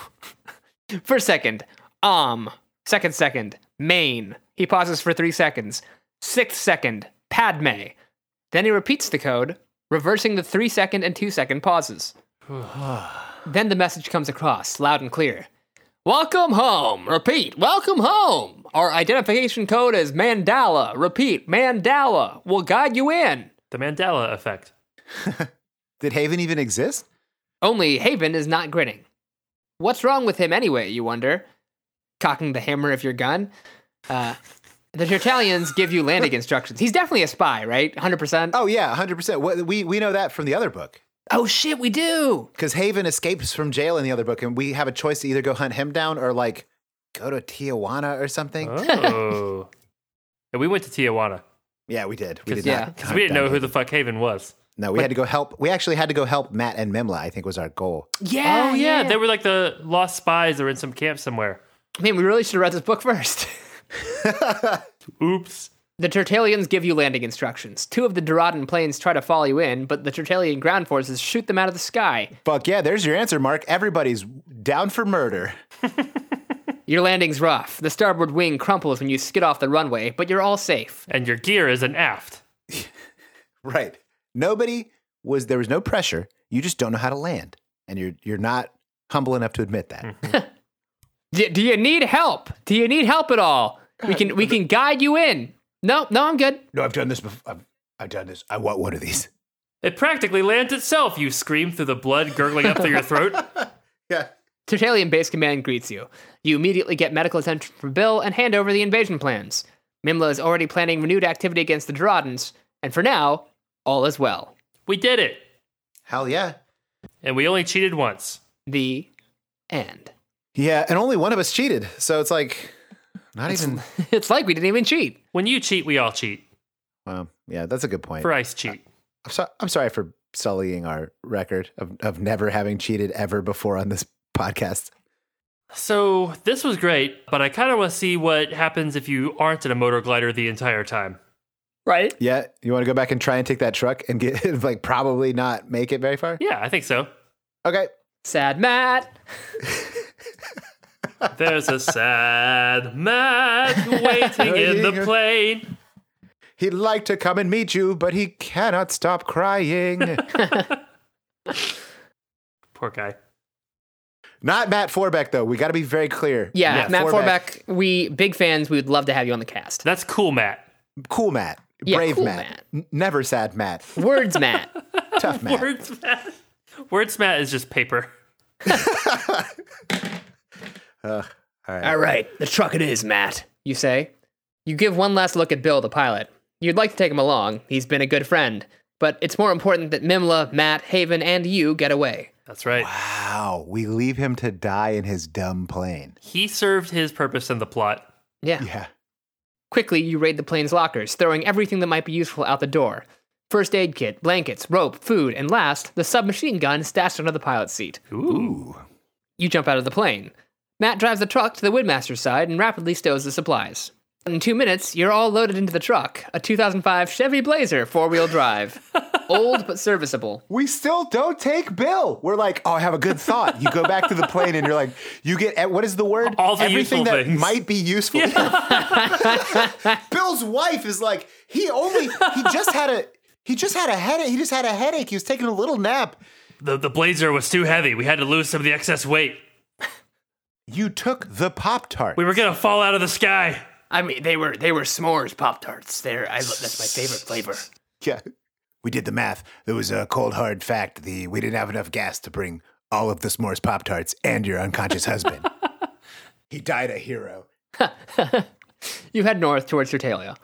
[SPEAKER 2] First second, um. Second second, Maine. He pauses for three seconds. Sixth second, Padme. Then he repeats the code, reversing the three second and two second pauses. then the message comes across, loud and clear. Welcome home. Repeat, welcome home. Our identification code is Mandala. Repeat, Mandala. We'll guide you in.
[SPEAKER 3] The Mandela effect.
[SPEAKER 4] Did Haven even exist?
[SPEAKER 2] Only Haven is not grinning. What's wrong with him anyway, you wonder? Cocking the hammer of your gun? Uh, the Tertullians give you landing instructions. He's definitely a spy, right? 100%? Oh,
[SPEAKER 4] Oh yeah, hundred percent. We we know that from the other book
[SPEAKER 2] shit, we do!
[SPEAKER 4] because Haven escapes from jail in the other book, and we have a choice to either go hunt him down or like go to Tijuana or something.
[SPEAKER 3] Oh. and we went to Tijuana
[SPEAKER 4] Yeah, we did. We did
[SPEAKER 2] yeah,
[SPEAKER 4] not.
[SPEAKER 3] because we didn't know who the fuck Haven was.
[SPEAKER 4] No, we had to go help. We actually had to go help Matt and Memla. I think was our goal.
[SPEAKER 2] Yeah!
[SPEAKER 3] oh, yeah. They were like the lost spies that were in some camp somewhere.
[SPEAKER 2] Man, we really should have read this book first.
[SPEAKER 3] Oops.
[SPEAKER 2] the Tertullians give you landing instructions. Two of the Doradin planes try to follow you in, but the Tertullian ground forces shoot them out of the sky.
[SPEAKER 4] Fuck yeah! There's your answer, Mark. Everybody's down for murder.
[SPEAKER 2] Your landing's rough. The starboard wing crumples when you skid off the runway, but you're all safe.
[SPEAKER 3] And your gear is an aft.
[SPEAKER 4] Right. Nobody was. There was no pressure. You just don't know how to land, and you're you're not humble enough to admit that.
[SPEAKER 3] Mm-hmm.
[SPEAKER 2] D- do you need help? Do you need help at all? We can we can guide you in. No, no, I'm good.
[SPEAKER 4] No, I've done this before. I've, I've done this. I want one of these.
[SPEAKER 3] It practically lands itself, you scream through the blood gurgling up through your throat.
[SPEAKER 4] Yeah.
[SPEAKER 2] Tertullian Base Command greets you. You immediately get medical attention from Bill and hand over the invasion plans. Mimla is already planning renewed activity against the Doradans, and for now, all is well.
[SPEAKER 3] We did it.
[SPEAKER 4] Hell yeah.
[SPEAKER 3] And we only cheated once.
[SPEAKER 2] The end.
[SPEAKER 4] Yeah, and only one of us cheated. So it's like not even.
[SPEAKER 2] It's like we didn't even cheat.
[SPEAKER 3] When you cheat, we all cheat.
[SPEAKER 4] Well, yeah, that's a good point.
[SPEAKER 3] For ice cheat.
[SPEAKER 4] I'm, so, I'm sorry for sullying our record of, of never having cheated ever before on this podcast.
[SPEAKER 3] So this was great, but I kind of want to see what happens if you aren't in a motor glider the entire time.
[SPEAKER 2] Right?
[SPEAKER 4] Yeah, you want to go back and try and take that truck and get like probably not make it very far.
[SPEAKER 3] Yeah, I think so.
[SPEAKER 4] Okay.
[SPEAKER 2] Sad Matt.
[SPEAKER 3] There's a sad man waiting in the plane.
[SPEAKER 4] He'd like to come and meet you, but he cannot stop crying.
[SPEAKER 3] Poor guy.
[SPEAKER 4] not Matt Forbeck though. We got to be very clear.
[SPEAKER 2] Yeah,
[SPEAKER 3] Yeah,
[SPEAKER 2] Matt
[SPEAKER 4] Forbeck.
[SPEAKER 2] Forbeck. We big fans. We would love to have you on the cast.
[SPEAKER 3] That's cool, Matt.
[SPEAKER 4] Cool Matt.
[SPEAKER 2] Yeah,
[SPEAKER 4] Brave
[SPEAKER 2] cool,
[SPEAKER 4] Matt.
[SPEAKER 2] Matt.
[SPEAKER 4] N- Never sad Matt.
[SPEAKER 2] Words, Matt.
[SPEAKER 4] Tough Matt.
[SPEAKER 3] Wordsmat. Wordsmat is just paper.
[SPEAKER 5] All right, the truck it is, Matt.
[SPEAKER 2] you say. You give one last look at Bill, the pilot. You'd like to take him along, he's been a good friend, but it's more important that Mimla, Matt, Haven, and you get away.
[SPEAKER 3] That's right.
[SPEAKER 4] Wow. We leave him to die in his dumb plane.
[SPEAKER 3] He served his purpose in the plot.
[SPEAKER 2] Yeah.
[SPEAKER 4] Yeah.
[SPEAKER 2] Quickly, you raid the plane's lockers, throwing everything that might be useful out the door first aid kit, blankets, rope, food, and last, the submachine gun stashed under the pilot's seat.
[SPEAKER 4] Ooh.
[SPEAKER 2] You jump out of the plane. Matt drives the truck to the Woodmaster's side and rapidly stows the supplies. In two minutes, you're all loaded into the truck a 2005 Chevy Blazer four wheel drive. Old but serviceable.
[SPEAKER 4] We still don't take Bill. We're like, oh, I have a good thought. You go back to the plane and you're like, you get eh, what is the word?
[SPEAKER 3] All the
[SPEAKER 4] Everything
[SPEAKER 3] useful
[SPEAKER 4] that
[SPEAKER 3] things.
[SPEAKER 4] might be useful. Bill's wife is like, he only he just had a he just had a headache. He just had a headache. He was taking a little nap.
[SPEAKER 3] The, the blazer was too heavy. We had to lose some of the excess weight.
[SPEAKER 4] You took the Pop Tart.
[SPEAKER 3] We were going to fall out of the sky.
[SPEAKER 5] I mean, they were they were s'mores pop tarts. They're I, lo- that's my favorite flavor.
[SPEAKER 4] Yeah. We did the math. There was a cold hard fact. The we didn't have enough gas to bring all of the s'mores pop tarts and your unconscious husband. he died a hero.
[SPEAKER 2] You head north towards Tertalia.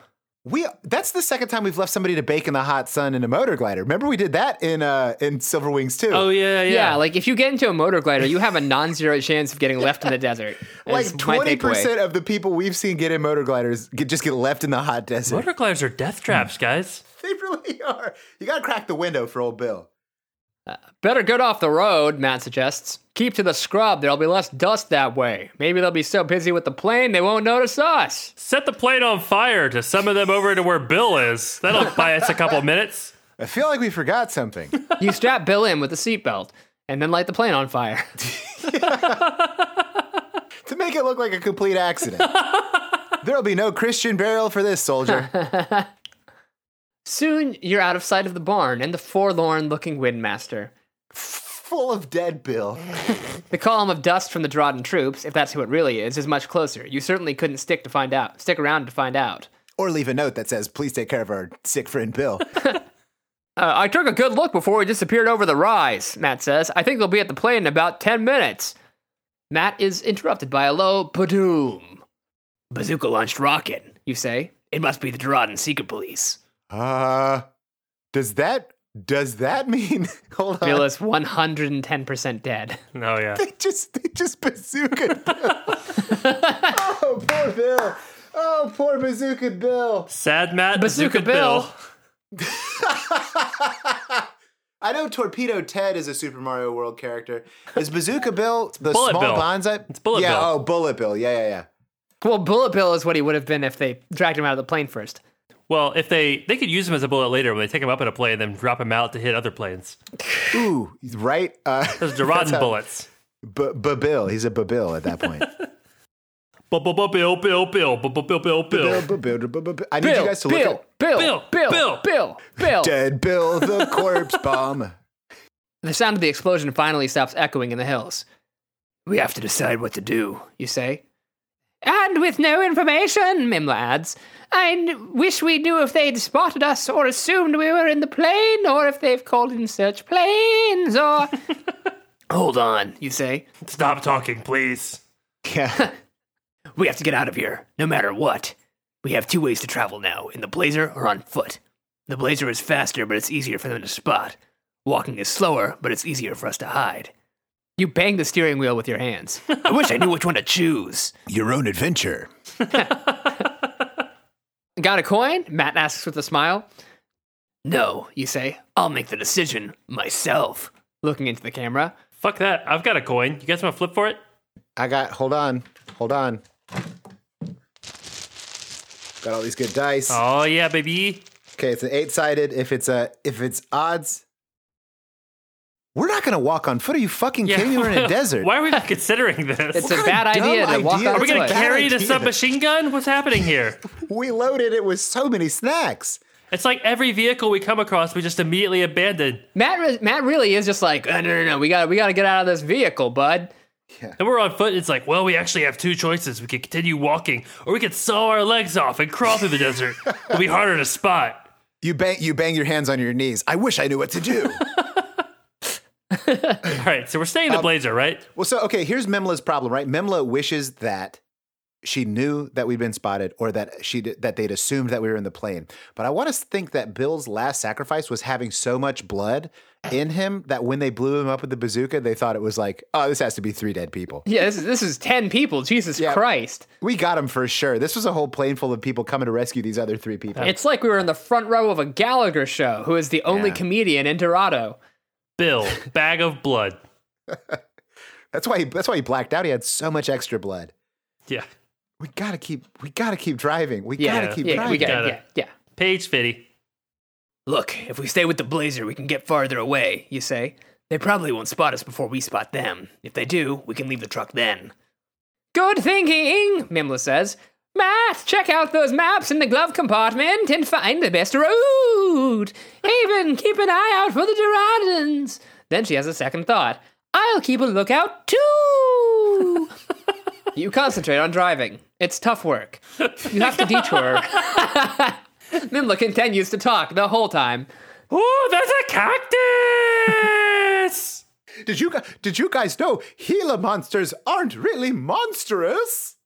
[SPEAKER 4] We that's the second time we've left somebody to bake in the hot sun in a motor glider. Remember we did that in uh in Silver Wings too.
[SPEAKER 3] Oh, yeah, yeah.
[SPEAKER 2] Yeah. like if you get into a motor glider, you have a non-zero chance of getting left in the desert.
[SPEAKER 4] like
[SPEAKER 2] That's my
[SPEAKER 4] twenty
[SPEAKER 2] takeaway.
[SPEAKER 4] percent of the people we've seen get in motor gliders get, just get left in the hot desert.
[SPEAKER 3] Motor gliders are death traps, guys.
[SPEAKER 4] they really are. You gotta crack the window for old Bill.
[SPEAKER 2] Better get off the road, Matt suggests. Keep to the scrub. There'll be less dust that way. Maybe they'll be so busy with the plane they won't notice us.
[SPEAKER 3] Set the plane on fire to summon them over to where Bill is. That'll buy us a couple minutes.
[SPEAKER 4] I feel like we forgot something.
[SPEAKER 2] You strap Bill in with a seatbelt and then light the plane on fire.
[SPEAKER 4] to make it look like a complete accident. There'll be no Christian burial for this soldier.
[SPEAKER 2] Soon you're out of sight of the barn and the forlorn-looking windmaster.
[SPEAKER 4] Full of dead Bill.
[SPEAKER 2] The column of dust from the Drodden troops, if that's who it really is, is much closer. You certainly couldn't stick to find out. Stick around to find out.
[SPEAKER 4] Or leave a note that says, please take care of our sick friend Bill.
[SPEAKER 2] Uh, I took a good look before we disappeared over the rise, Matt says. I think they'll be at the plane in about 10 minutes. Matt is interrupted by a low padoom,
[SPEAKER 5] Bazooka launched rocket.
[SPEAKER 2] you say.
[SPEAKER 5] It must be the Drodden secret police.
[SPEAKER 4] Uh does that does that mean hold on?
[SPEAKER 2] Bill is 110% dead.
[SPEAKER 3] No, yeah.
[SPEAKER 4] They just they just bazooka Bill. oh poor Bill. Oh poor bazooka Bill.
[SPEAKER 3] Sad Matt,
[SPEAKER 2] Bazooka Bill.
[SPEAKER 4] I know Torpedo Ted is a Super Mario World character. Is Bazooka Bill the
[SPEAKER 3] Bullet
[SPEAKER 4] small
[SPEAKER 3] Bill.
[SPEAKER 4] bonsai? It's
[SPEAKER 3] Bullet
[SPEAKER 4] yeah,
[SPEAKER 3] Bill.
[SPEAKER 4] oh Bullet Bill. Yeah, yeah, yeah.
[SPEAKER 2] Well, Bullet Bill is what he would have been if they dragged him out of the plane first.
[SPEAKER 3] Well, if they they could use him as a bullet later when they take him up in a plane and then drop him out to hit other planes.
[SPEAKER 4] Ooh, right? Uh,
[SPEAKER 3] Those Duran bullets.
[SPEAKER 4] B- Babil. He's a Babil at that point.
[SPEAKER 3] Bill, Bill, Bill, Bill, Bill, Bill, Bill,
[SPEAKER 4] Bill,
[SPEAKER 3] Bill.
[SPEAKER 4] Babil, Babil. I need
[SPEAKER 2] Bill,
[SPEAKER 4] you guys to look
[SPEAKER 2] Bill,
[SPEAKER 4] at
[SPEAKER 2] Bill,
[SPEAKER 3] Bill,
[SPEAKER 2] Bill, Bill,
[SPEAKER 3] Bill.
[SPEAKER 2] Bill, Bill.
[SPEAKER 4] Dead Bill, the corpse bomb.
[SPEAKER 2] The sound of the explosion finally stops echoing in the hills,
[SPEAKER 5] We have to decide what to do.
[SPEAKER 2] you say. And with no information, Mimla adds. I n- wish we knew if they'd spotted us or assumed we were in the plane or if they've called in search planes or.
[SPEAKER 5] Hold on.
[SPEAKER 2] you say.
[SPEAKER 3] Stop talking, please.
[SPEAKER 4] Yeah.
[SPEAKER 5] We have to get out of here, no matter what. We have two ways to travel now in the blazer or on foot. The blazer is faster, but it's easier for them to spot. Walking is slower, but it's easier for us to hide.
[SPEAKER 2] You bang the steering wheel with your hands.
[SPEAKER 5] I wish I knew which one to choose.
[SPEAKER 4] Your own adventure.
[SPEAKER 2] Got a coin? Matt asks with a smile,
[SPEAKER 5] No, you say. I'll make the decision myself.
[SPEAKER 2] looking into the camera.
[SPEAKER 3] Fuck that. I've got a coin. You guys want to flip for it?
[SPEAKER 4] I got, hold on, hold on. Got all these good dice.
[SPEAKER 3] Oh yeah, baby.
[SPEAKER 4] Okay, it's an eight sided. If it's a, if it's odds, we're not gonna walk on foot. Are you fucking
[SPEAKER 3] Yeah.
[SPEAKER 4] kidding me? We're in a desert.
[SPEAKER 3] Why are we even considering this?
[SPEAKER 2] It's
[SPEAKER 4] kind
[SPEAKER 2] a
[SPEAKER 4] of
[SPEAKER 2] bad
[SPEAKER 4] dumb
[SPEAKER 2] idea to walk
[SPEAKER 4] idea?
[SPEAKER 2] on
[SPEAKER 4] Are
[SPEAKER 3] Are we
[SPEAKER 2] foot.
[SPEAKER 3] gonna
[SPEAKER 4] Bad
[SPEAKER 3] carry the
[SPEAKER 4] idea.
[SPEAKER 3] submachine gun? What's happening here?
[SPEAKER 4] We loaded it with so many snacks.
[SPEAKER 3] It's like every vehicle we come across, we just immediately abandon.
[SPEAKER 2] Matt, re- Matt really is just like, "Uh, no, no, no, we got, we got to get out of this vehicle, bud.
[SPEAKER 4] Yeah.
[SPEAKER 3] And we're on foot. It's like, well, we actually have two choices. We could continue walking, or we could saw our legs off and crawl through the desert. It'll be harder to spot.
[SPEAKER 4] You bang you bang your hands on your knees. I wish I knew what to do.
[SPEAKER 3] All right, so we're staying in the Blazer, right?
[SPEAKER 4] well, so okay, here's Memla's problem, right? Memla wishes that she knew that we'd been spotted or that she that they'd assumed that we were in the plane. But I want to think that Bill's last sacrifice was having so much blood in him that when they blew him up with the bazooka, they thought it was like, oh, this has to be three dead people.
[SPEAKER 2] Yeah, this is this is ten people. Jesus
[SPEAKER 4] Yeah.
[SPEAKER 2] Christ!
[SPEAKER 4] We got him for sure. This was a whole plane full of people coming to rescue these other three people.
[SPEAKER 2] It's like we were in the front row of a Gallagher show. Who is the only
[SPEAKER 4] Yeah.
[SPEAKER 2] comedian in Dorado?
[SPEAKER 3] Bill, bag of blood.
[SPEAKER 4] That's why he, that's why he blacked out. He had so much extra blood.
[SPEAKER 3] Yeah.
[SPEAKER 4] We gotta keep we gotta keep driving. We
[SPEAKER 2] Yeah,
[SPEAKER 4] gotta keep
[SPEAKER 2] yeah,
[SPEAKER 4] driving.
[SPEAKER 2] we got,
[SPEAKER 3] Got it.
[SPEAKER 2] yeah, yeah.
[SPEAKER 3] Page Fitty.
[SPEAKER 5] Look, if we stay with the Blazer, we can get farther away, you say. They probably won't spot us before we spot them. If they do, we can leave the truck then.
[SPEAKER 2] Good thinking, Mimla says. Matt, check out those maps in the glove compartment and find the best route. Haven, keep an eye out for the Doradans. Then she has a second thought. I'll keep a lookout too. you concentrate on driving. It's tough work. You have to detour. Mimla continues to talk the whole time.
[SPEAKER 3] Ooh, there's a cactus!
[SPEAKER 4] Did you gu- did you guys know Gila monsters aren't really monstrous?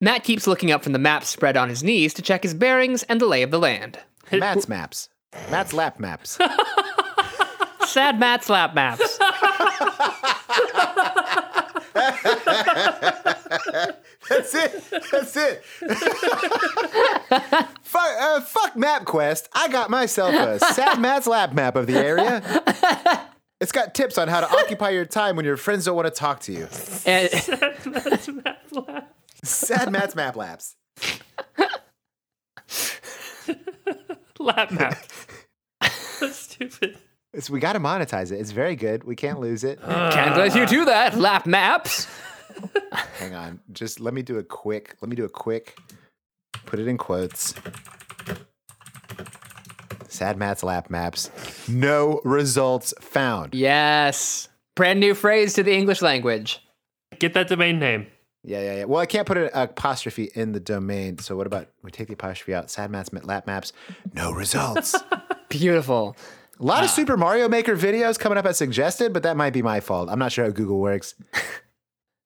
[SPEAKER 2] Matt keeps looking up from the map spread on his knees to check his bearings and the lay of the land.
[SPEAKER 4] Matt's maps. Matt's lap maps.
[SPEAKER 2] Sad Matt slap maps.
[SPEAKER 4] That's it. That's it. fuck, uh, fuck MapQuest. I got myself a sad Matt's lap map of the area. It's got tips on how to occupy your time when your friends don't want to talk to you.
[SPEAKER 2] And-
[SPEAKER 4] Sad Matt's map laps.
[SPEAKER 3] Lap map. That's stupid.
[SPEAKER 4] It's, we got to monetize it. It's very good. We can't lose it.
[SPEAKER 2] Can't let you do that, lap maps.
[SPEAKER 4] Hang on. Just let me do a quick. Let me do a quick. Put it in quotes. Sad Matt's lap maps. No results found.
[SPEAKER 2] Yes. Brand new phrase to the English language.
[SPEAKER 3] Get that domain name.
[SPEAKER 4] Yeah, yeah, yeah. Well, I can't put an apostrophe in the domain. So what about we take the apostrophe out? Sad Matt's ma- lap maps. No results. a
[SPEAKER 2] Beautiful.
[SPEAKER 4] lot of Super Mario Maker videos coming up as suggested, but that might be my fault. I'm not sure how Google works.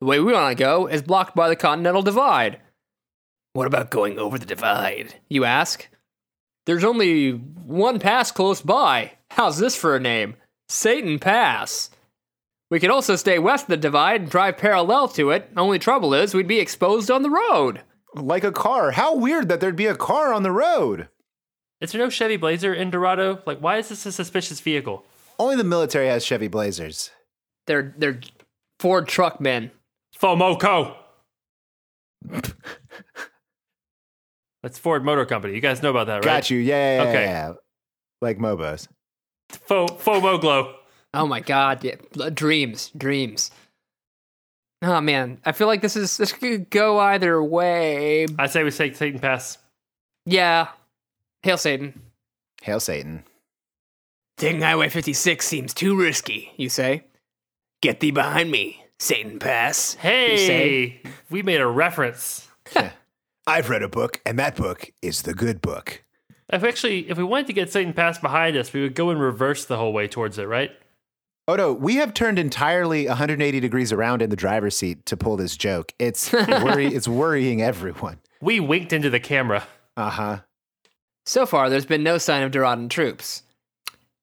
[SPEAKER 2] The way we want to go is blocked by the Continental Divide,
[SPEAKER 5] What about going over the divide?
[SPEAKER 2] you ask. There's only one pass close by. How's this for a name? Satan Pass. We could also stay west of the divide and drive parallel to it. Only trouble is we'd be exposed on the road.
[SPEAKER 4] Like a car. How weird that there'd be a car on the road.
[SPEAKER 3] Is there no Chevy Blazer in Dorado? Like, why is this a suspicious vehicle?
[SPEAKER 4] Only the military has Chevy Blazers.
[SPEAKER 2] They're they're Ford truck men.
[SPEAKER 3] FOMOCO! That's Ford Motor Company. You guys know about that, right?
[SPEAKER 4] Got you. Yeah, yeah, yeah,
[SPEAKER 3] Okay.
[SPEAKER 4] yeah. Like Mobos.
[SPEAKER 3] Fo- FOMOGLOW.
[SPEAKER 2] Oh my god, yeah. L- dreams, dreams. Oh man, I feel like this is this could go either way.
[SPEAKER 3] I say we take Satan Pass.
[SPEAKER 2] Yeah. Hail Satan,
[SPEAKER 4] Hail Satan.
[SPEAKER 5] Taking Highway 56 seems too risky.
[SPEAKER 2] you say.
[SPEAKER 5] Get thee behind me, Satan Pass.
[SPEAKER 3] Hey!
[SPEAKER 2] say-
[SPEAKER 3] We made a reference.
[SPEAKER 4] I've read a book, and that book is the good book.
[SPEAKER 3] If actually, if we wanted to get Satan Pass behind us, we would go in reverse the whole way towards it, right?
[SPEAKER 4] Oh no, we have turned entirely 180 degrees around in the driver's seat to pull this joke. It's worry, it's worrying everyone.
[SPEAKER 3] We winked into the camera.
[SPEAKER 4] Uh huh.
[SPEAKER 2] So far, there's been no sign of Duradan troops.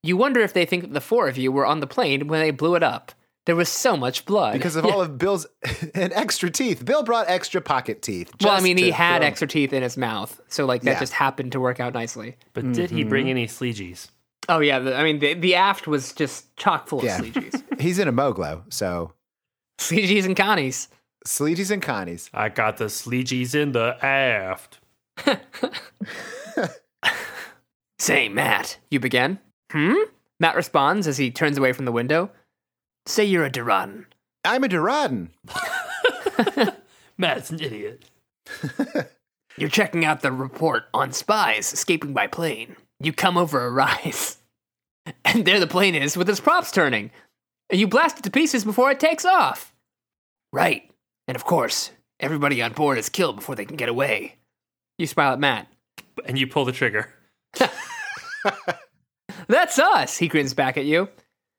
[SPEAKER 2] You wonder if they think that the four of you were on the plane when they blew it up. There was so much blood.
[SPEAKER 4] Because of all of Bill's and extra teeth. Bill brought extra pocket teeth.
[SPEAKER 2] well, I
[SPEAKER 4] just
[SPEAKER 2] mean, he
[SPEAKER 4] to
[SPEAKER 2] had
[SPEAKER 4] throw-
[SPEAKER 2] extra teeth in his mouth, so like that
[SPEAKER 4] Yeah.
[SPEAKER 2] just happened to work out nicely.
[SPEAKER 3] But did he
[SPEAKER 4] Mm-hmm.
[SPEAKER 3] bring any sleegies?
[SPEAKER 2] Oh yeah, the, I mean, the, the aft was just chock full
[SPEAKER 4] Yeah.
[SPEAKER 2] of sleegies,
[SPEAKER 4] He's in a moglo, so
[SPEAKER 2] sleegies and connies.
[SPEAKER 4] Sleegies and Connies.
[SPEAKER 3] I got the sleegies in the aft.
[SPEAKER 5] Say, Matt,
[SPEAKER 2] You begin? Hmm? Matt responds as he turns away from the window.
[SPEAKER 5] say you're a Duran.
[SPEAKER 4] I'm a Duradin.
[SPEAKER 3] Matt's an idiot.
[SPEAKER 5] You're checking out the report on spies escaping by plane.
[SPEAKER 2] You come over a rise. And there the plane is with its props turning. And you blast it to pieces before it takes off.
[SPEAKER 5] Right. And of course, everybody on board is killed before they can get away.
[SPEAKER 2] You smile at Matt.
[SPEAKER 3] and you pull the trigger.
[SPEAKER 2] That's us, he grins back at you.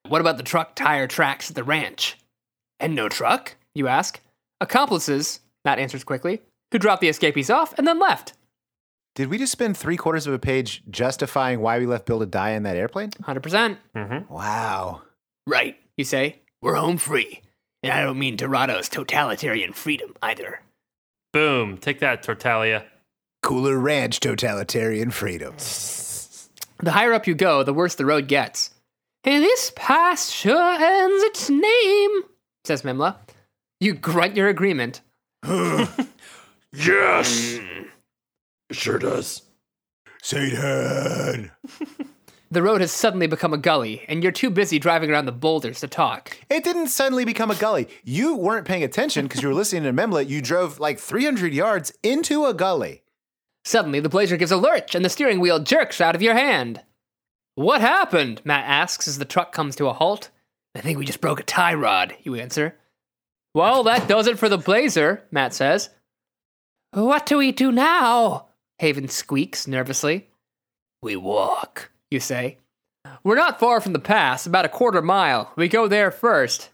[SPEAKER 5] What about the truck tire tracks at the ranch? And no truck?
[SPEAKER 2] You ask. Accomplices, Matt answers quickly, who dropped the escapees off and then left.
[SPEAKER 4] Did we just spend three quarters of a page justifying why we left Bill to die in that airplane?
[SPEAKER 2] 100%,
[SPEAKER 4] Mm-hmm. Wow.
[SPEAKER 5] Right.
[SPEAKER 2] you say.
[SPEAKER 5] We're home free. And I don't mean Dorado's totalitarian freedom either.
[SPEAKER 3] Boom. Take that, Tortalia.
[SPEAKER 4] Cooler Ranch totalitarian freedom.
[SPEAKER 2] The higher up you go, the worse the road gets. And this pass sure earns its name, says Mimla. You grunt your agreement.
[SPEAKER 6] Yes! It sure does.
[SPEAKER 4] Satan!
[SPEAKER 2] The road has suddenly become a gully, and you're too busy driving around the boulders to talk.
[SPEAKER 4] It didn't suddenly become a gully. You weren't paying attention because you were listening to Memlet. You drove like 300 yards into a gully.
[SPEAKER 2] Suddenly, the blazer gives a lurch and the steering wheel jerks out of your hand. What happened? Matt asks as the truck comes to a halt.
[SPEAKER 5] I think we just broke a tie rod.
[SPEAKER 2] You answer. Well, that does it for the blazer, Matt says. What do we do now? Haven squeaks nervously.
[SPEAKER 5] We walk.
[SPEAKER 2] You say. We're not far from the pass, about a quarter mile. We go there first,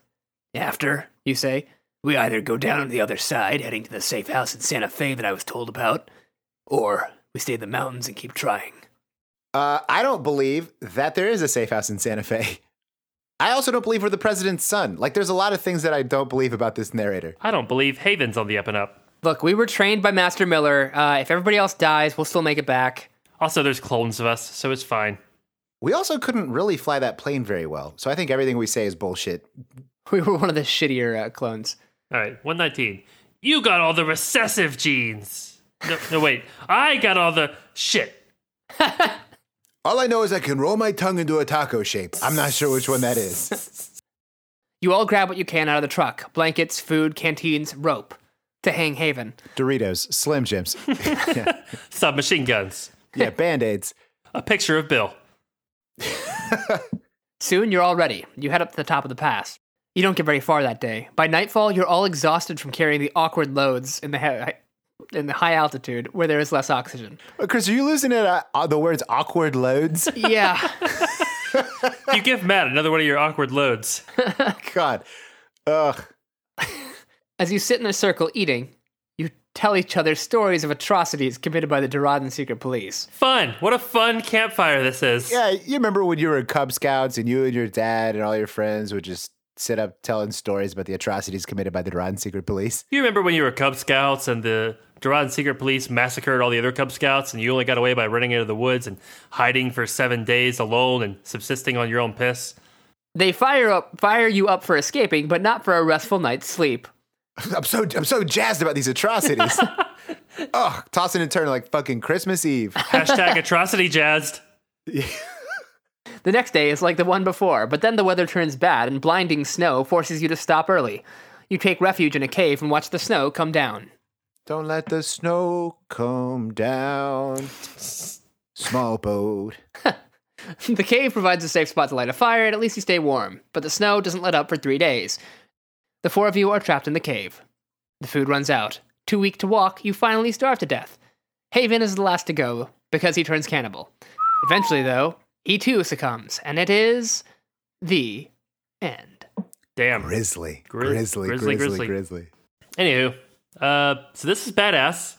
[SPEAKER 5] After,
[SPEAKER 2] you say.
[SPEAKER 5] we either go down to the other side, heading to the safe house in Santa Fe that I was told about, or we stay in the mountains and keep trying.
[SPEAKER 4] Uh, I don't believe that there is a safe house in Santa Fe. I also don't believe we're the president's son. Like, there's a lot of things that I don't believe about this narrator.
[SPEAKER 3] I don't believe Haven's on the up and up.
[SPEAKER 2] Look, we were trained by Master Miller. Uh, if everybody else dies, we'll still make it back.
[SPEAKER 3] Also, there's clones of us, so it's fine.
[SPEAKER 4] We also couldn't really fly that plane very well. So I think everything we say is bullshit.
[SPEAKER 2] We were one of the shittier uh, clones.
[SPEAKER 3] All right, 119. You got all the recessive genes. No, no wait. I got all the shit.
[SPEAKER 4] All I know is I can roll my tongue into a taco shape. I'm not sure which one that is.
[SPEAKER 2] You all grab what you can out of the truck blankets, food, canteens, rope to hang Haven.
[SPEAKER 4] Doritos, Slim Jims. yeah,
[SPEAKER 3] Submachine guns.
[SPEAKER 4] yeah Band Aids.
[SPEAKER 3] A picture of Bill.
[SPEAKER 2] Soon you're all ready. You head up to the top of the pass. You don't get very far that day. By nightfall, you're all exhausted from carrying the awkward loads in the, he- in the high altitude where there is less oxygen.
[SPEAKER 4] Uh, Chris, are you losing it at uh, the words awkward loads?
[SPEAKER 2] Yeah.
[SPEAKER 3] You give Matt another one of your awkward loads.
[SPEAKER 4] God. Ugh.
[SPEAKER 2] As you sit in a circle eating, you tell each other stories of atrocities committed by the Doradan secret police.
[SPEAKER 3] Fun. What a fun campfire this is.
[SPEAKER 4] Yeah, you remember when you were in Cub Scouts and you and your dad and all your friends would just sit up telling stories about the atrocities committed by the Duran Secret Police?
[SPEAKER 3] You remember when you were Cub Scouts and the Duran Secret Police massacred all the other Cub Scouts and you only got away by running into the woods and hiding for seven days alone and subsisting on your own piss?
[SPEAKER 2] They fire up fire you up for escaping, but not for a restful night's sleep.
[SPEAKER 4] I'm so I'm so jazzed about these atrocities. Ugh, tossing and turning like fucking Christmas Eve.
[SPEAKER 3] Hashtag atrocity jazzed.
[SPEAKER 2] The next day is like the one before, but then the weather turns bad and blinding snow forces you to stop early. You take refuge in a cave and watch the snow come down.
[SPEAKER 4] Don't let the snow come down. Small boat.
[SPEAKER 2] the cave provides a safe spot to light a fire, and at least you stay warm, but the snow doesn't let up for three days. The four of you are trapped in the cave. The food runs out. Too weak to walk, you finally starve to death. Haven is the last to go, because he turns cannibal. Eventually, though, he too succumbs, and it is the end.
[SPEAKER 3] Damn.
[SPEAKER 4] Grizzly.
[SPEAKER 3] Grizz-
[SPEAKER 4] Grizzly.
[SPEAKER 3] grizzly,
[SPEAKER 4] Grizzly.
[SPEAKER 3] grizzly.
[SPEAKER 4] Grizzly.
[SPEAKER 3] Anywho, uh, so this is badass.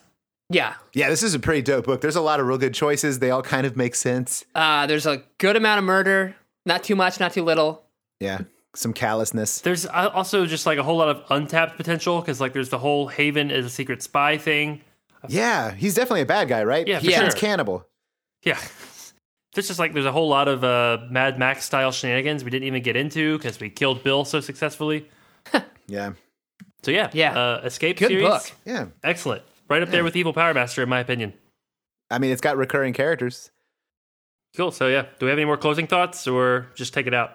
[SPEAKER 2] Yeah,
[SPEAKER 4] Yeah, this is a pretty dope book. There's a lot of real good choices. They all kind of make sense.
[SPEAKER 2] uh, there's a good amount of murder, not too much, not too little.
[SPEAKER 4] Yeah. Some callousness.
[SPEAKER 3] There's uh, also just like a whole lot of untapped potential because like there's the whole Haven is a secret spy thing.
[SPEAKER 4] Yeah, he's definitely a bad guy, right?
[SPEAKER 3] Yeah, for
[SPEAKER 4] He
[SPEAKER 2] sure.
[SPEAKER 4] turns cannibal.
[SPEAKER 3] Yeah. There's just like there's a whole lot of uh, Mad Max style shenanigans we didn't even get into because we killed Bill so successfully.
[SPEAKER 4] Yeah.
[SPEAKER 3] So yeah,
[SPEAKER 2] Yeah.
[SPEAKER 3] Uh, Escape
[SPEAKER 2] Good
[SPEAKER 3] series,
[SPEAKER 2] book.
[SPEAKER 4] Yeah.
[SPEAKER 3] excellent, right up there with Evil Power Master in my opinion.
[SPEAKER 4] I mean, it's got recurring characters.
[SPEAKER 3] Cool. So yeah, do we have any more closing thoughts or just take it out?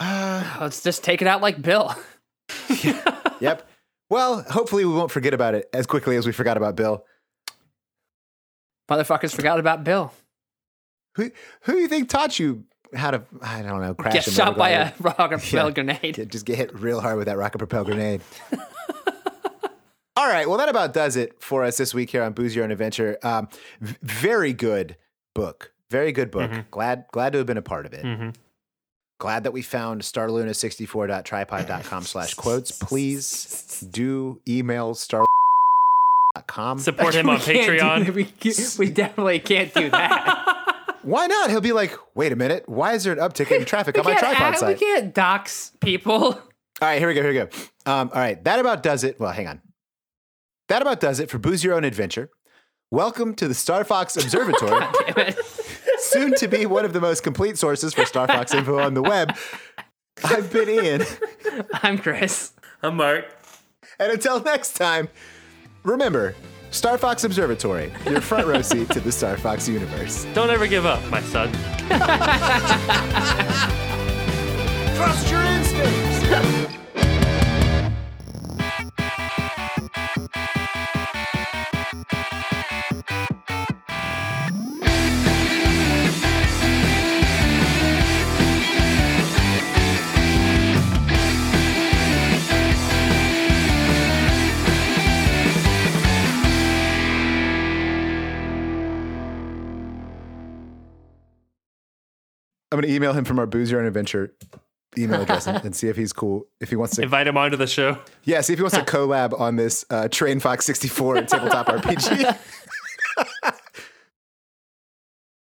[SPEAKER 4] Uh,
[SPEAKER 2] Let's just take it out like Bill.
[SPEAKER 4] yep. Well, hopefully we won't forget about it as quickly as we forgot about Bill.
[SPEAKER 2] Motherfuckers forgot about Bill.
[SPEAKER 4] Who who do you think taught you how to I don't know crash
[SPEAKER 2] Get
[SPEAKER 4] a
[SPEAKER 2] shot
[SPEAKER 4] motorglider.
[SPEAKER 2] by a rocket propelled grenade.
[SPEAKER 4] Yeah, just get hit real hard with that rocket propel grenade. All right, well, that about does it for us this week here on Booze Your Own Adventure. Um, v- very good book, very good book.
[SPEAKER 2] Mm-hmm.
[SPEAKER 4] Glad glad to have been a part of it.
[SPEAKER 3] Mhm.
[SPEAKER 4] Glad that we found starluna64.tripod.com slash quotes. Please do email starluna.com.
[SPEAKER 3] Support him
[SPEAKER 2] We
[SPEAKER 3] on
[SPEAKER 2] can't do that.
[SPEAKER 3] Patreon.
[SPEAKER 2] We, can't- we definitely can't do that.
[SPEAKER 4] Why not? He'll be like, wait a minute, why is there an uptick in traffic
[SPEAKER 2] we,
[SPEAKER 4] on my
[SPEAKER 2] can't
[SPEAKER 4] tripod
[SPEAKER 2] add- we
[SPEAKER 4] site?
[SPEAKER 2] can't dox people.
[SPEAKER 4] All right, here we go. Here we go. Um, all right, that about does it. Well, hang on. That about does it for Booze Your Own Adventure. Welcome to the Star Fox Observatory, soon to be one of the most complete sources for Star Fox info on the web. I've been Ian,
[SPEAKER 2] I'm Chris.
[SPEAKER 3] I'm Mark.
[SPEAKER 4] and until next time, remember Star Fox Observatory, your front row seat to the Star Fox universe.
[SPEAKER 3] Don't ever give up, my son.
[SPEAKER 4] Trust your instincts. I'm gonna email him from our booze your own adventure email address and, and see if he's cool. If he wants to,
[SPEAKER 3] Invite him onto the show.
[SPEAKER 4] yeah, see if he wants to collab on this uh, Train Fox 64 and tabletop RPG.